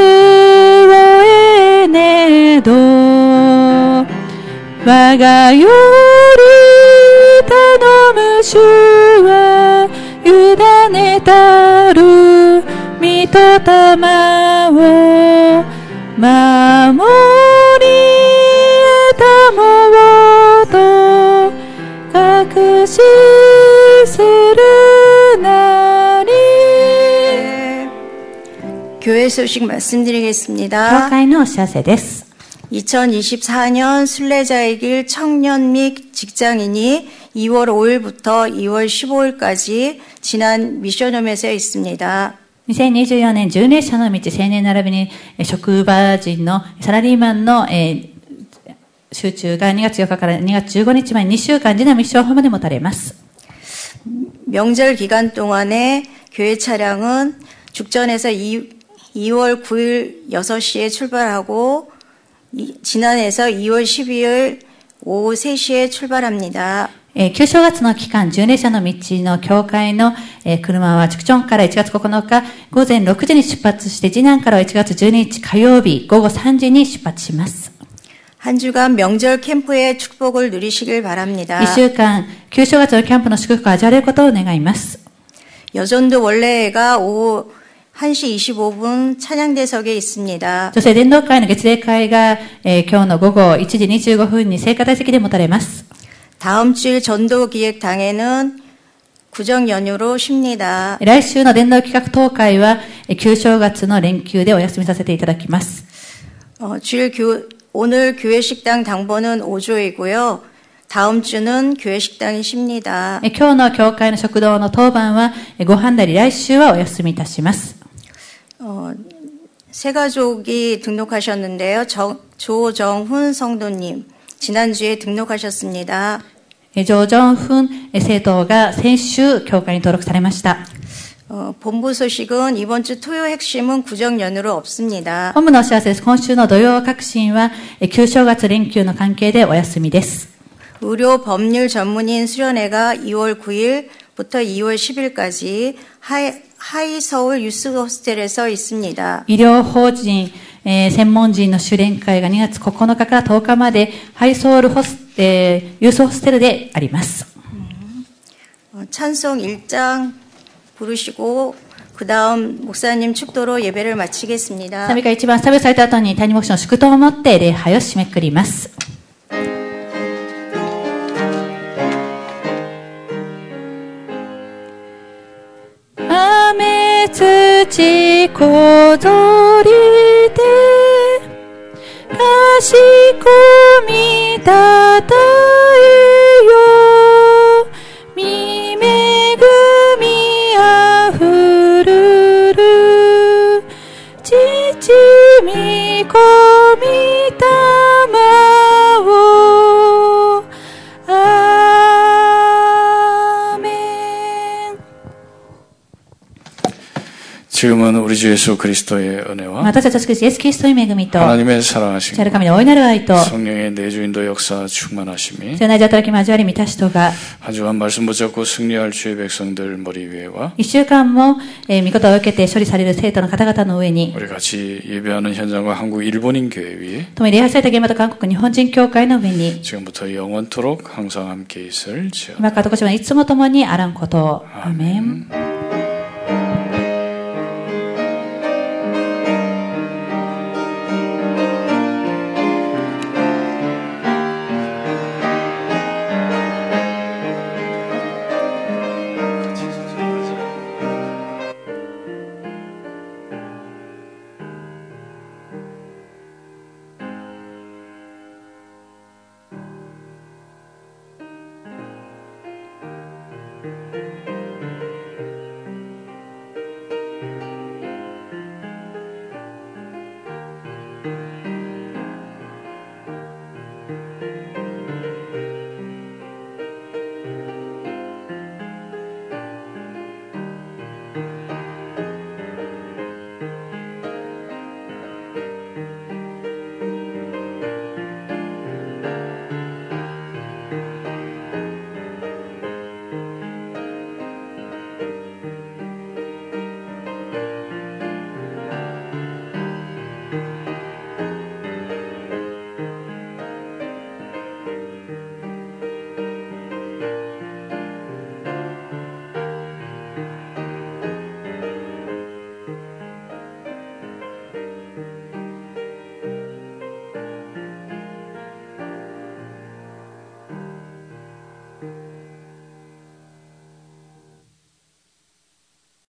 E: を得ねど我がより頼む主は委ねたる御霊を守り得たもと確信するなり
B: 교회 소식
A: 教
B: 말씀드리겠습니다.
A: 会のお知らせです。
B: 2024년 순례자의 길 청년 및 직장인이 2월 5일부터 2월 15일까지 지난 미션홈에서 있습니다.
A: 2024年巡礼者の道青年並びにえー職場人のサラリーマンの、えー集中が2月4日から2月15日まで2週間でのミッションホームで持たれます。
B: 명절 기간 동안에 교회 차량은 죽전에서 2, 2월 9일 6시에 출발하고 이- 진안에서 2월 12일 오후 3시에 출발합니다.
A: えー旧正月の期間、巡礼者の道の教会の、えー車は、畜村から1月9日午前6時に出発して、次男からは1月12日火曜日午後3時に出発します。
B: 한 주간 명절 캠프의 축복을 누리시길 바랍니다.
A: 1週間、旧正月のキャンプの祝福を味わえることを願います。
B: 여전도 원래가 오후 1시 25분 찬양대석에 있습니다.
A: 女性伝道会の月例会が、えー今日の午後1時25分に聖火台席で持たれます。
B: 다음 주일 전도기획당에는 구정 연휴로 쉽니다.
A: 来週の伝道企画等会は、えー旧正月の連休でお休みさせていただきます。
B: 어, 주일 교, 오늘 교회 식당 당번은 5조이고요. 다음 주는 교회 식당이 쉽니다.
A: えー今日の教会の食堂の当番は、えーご飯なり来週はお休みいたします。
B: 어, 세 가족이 등록하셨는데요. 정- 조정훈 성도님 지난주에 등록하셨습니다.
A: えージョー・ジョンフンえー政党が先週教会に登録されました。
B: 어, 본부 소식은 이번 주 토요 핵심은 구정 연휴로 없습니다.
A: 本部のお知らせです。今週の土曜革新は、えー旧正月連休の関係でお休みです。
B: 의료 법률 전문인 수련회가 2월 9일부터 2월 10일까지 하이, 하이 서울 유스 호스텔에서 있습니다.
A: 医療法人、えー専門人の修練会が2月9日から10日までハイソールホス、えーユースホステルであります。
B: 어, 찬송 1장 부르시고 그 다음 목사님 축도로 예배를
A: 賛
B: 마치겠습니다.
A: 美会一番スタビされた後に谷牧師の祝祷を持って礼拝を締めくくります。
E: 雨土小鳥でかしこみたたえよみめぐみあふるる父みこみたまをアーメン
C: 지금은 우리 주 예수 그리스도의 은혜와
A: 私たちは祝イエスキリストに恵みと、父
C: 하나님의 사랑하심,
A: なる神の大いなる愛と、聖
C: 성령의 내주인도 역사 충만하심이
A: なる働き交わり満たしとが、
C: 한 주간 말씀 붙잡고 승리할 주의 백성들 머리 위에와
A: 一週間も、えー、御言を受けて処理される生徒の方々の上に、
C: 우리 같이 예배하는 현장과 한국 일본인 교회 위에
A: 共に礼拝された現場と韓国日本人協会の上に、
C: 지금부터 영원토록 항상 함께 있을 지어.
A: 今からとこしまでいつも共にあらんことを。アーメン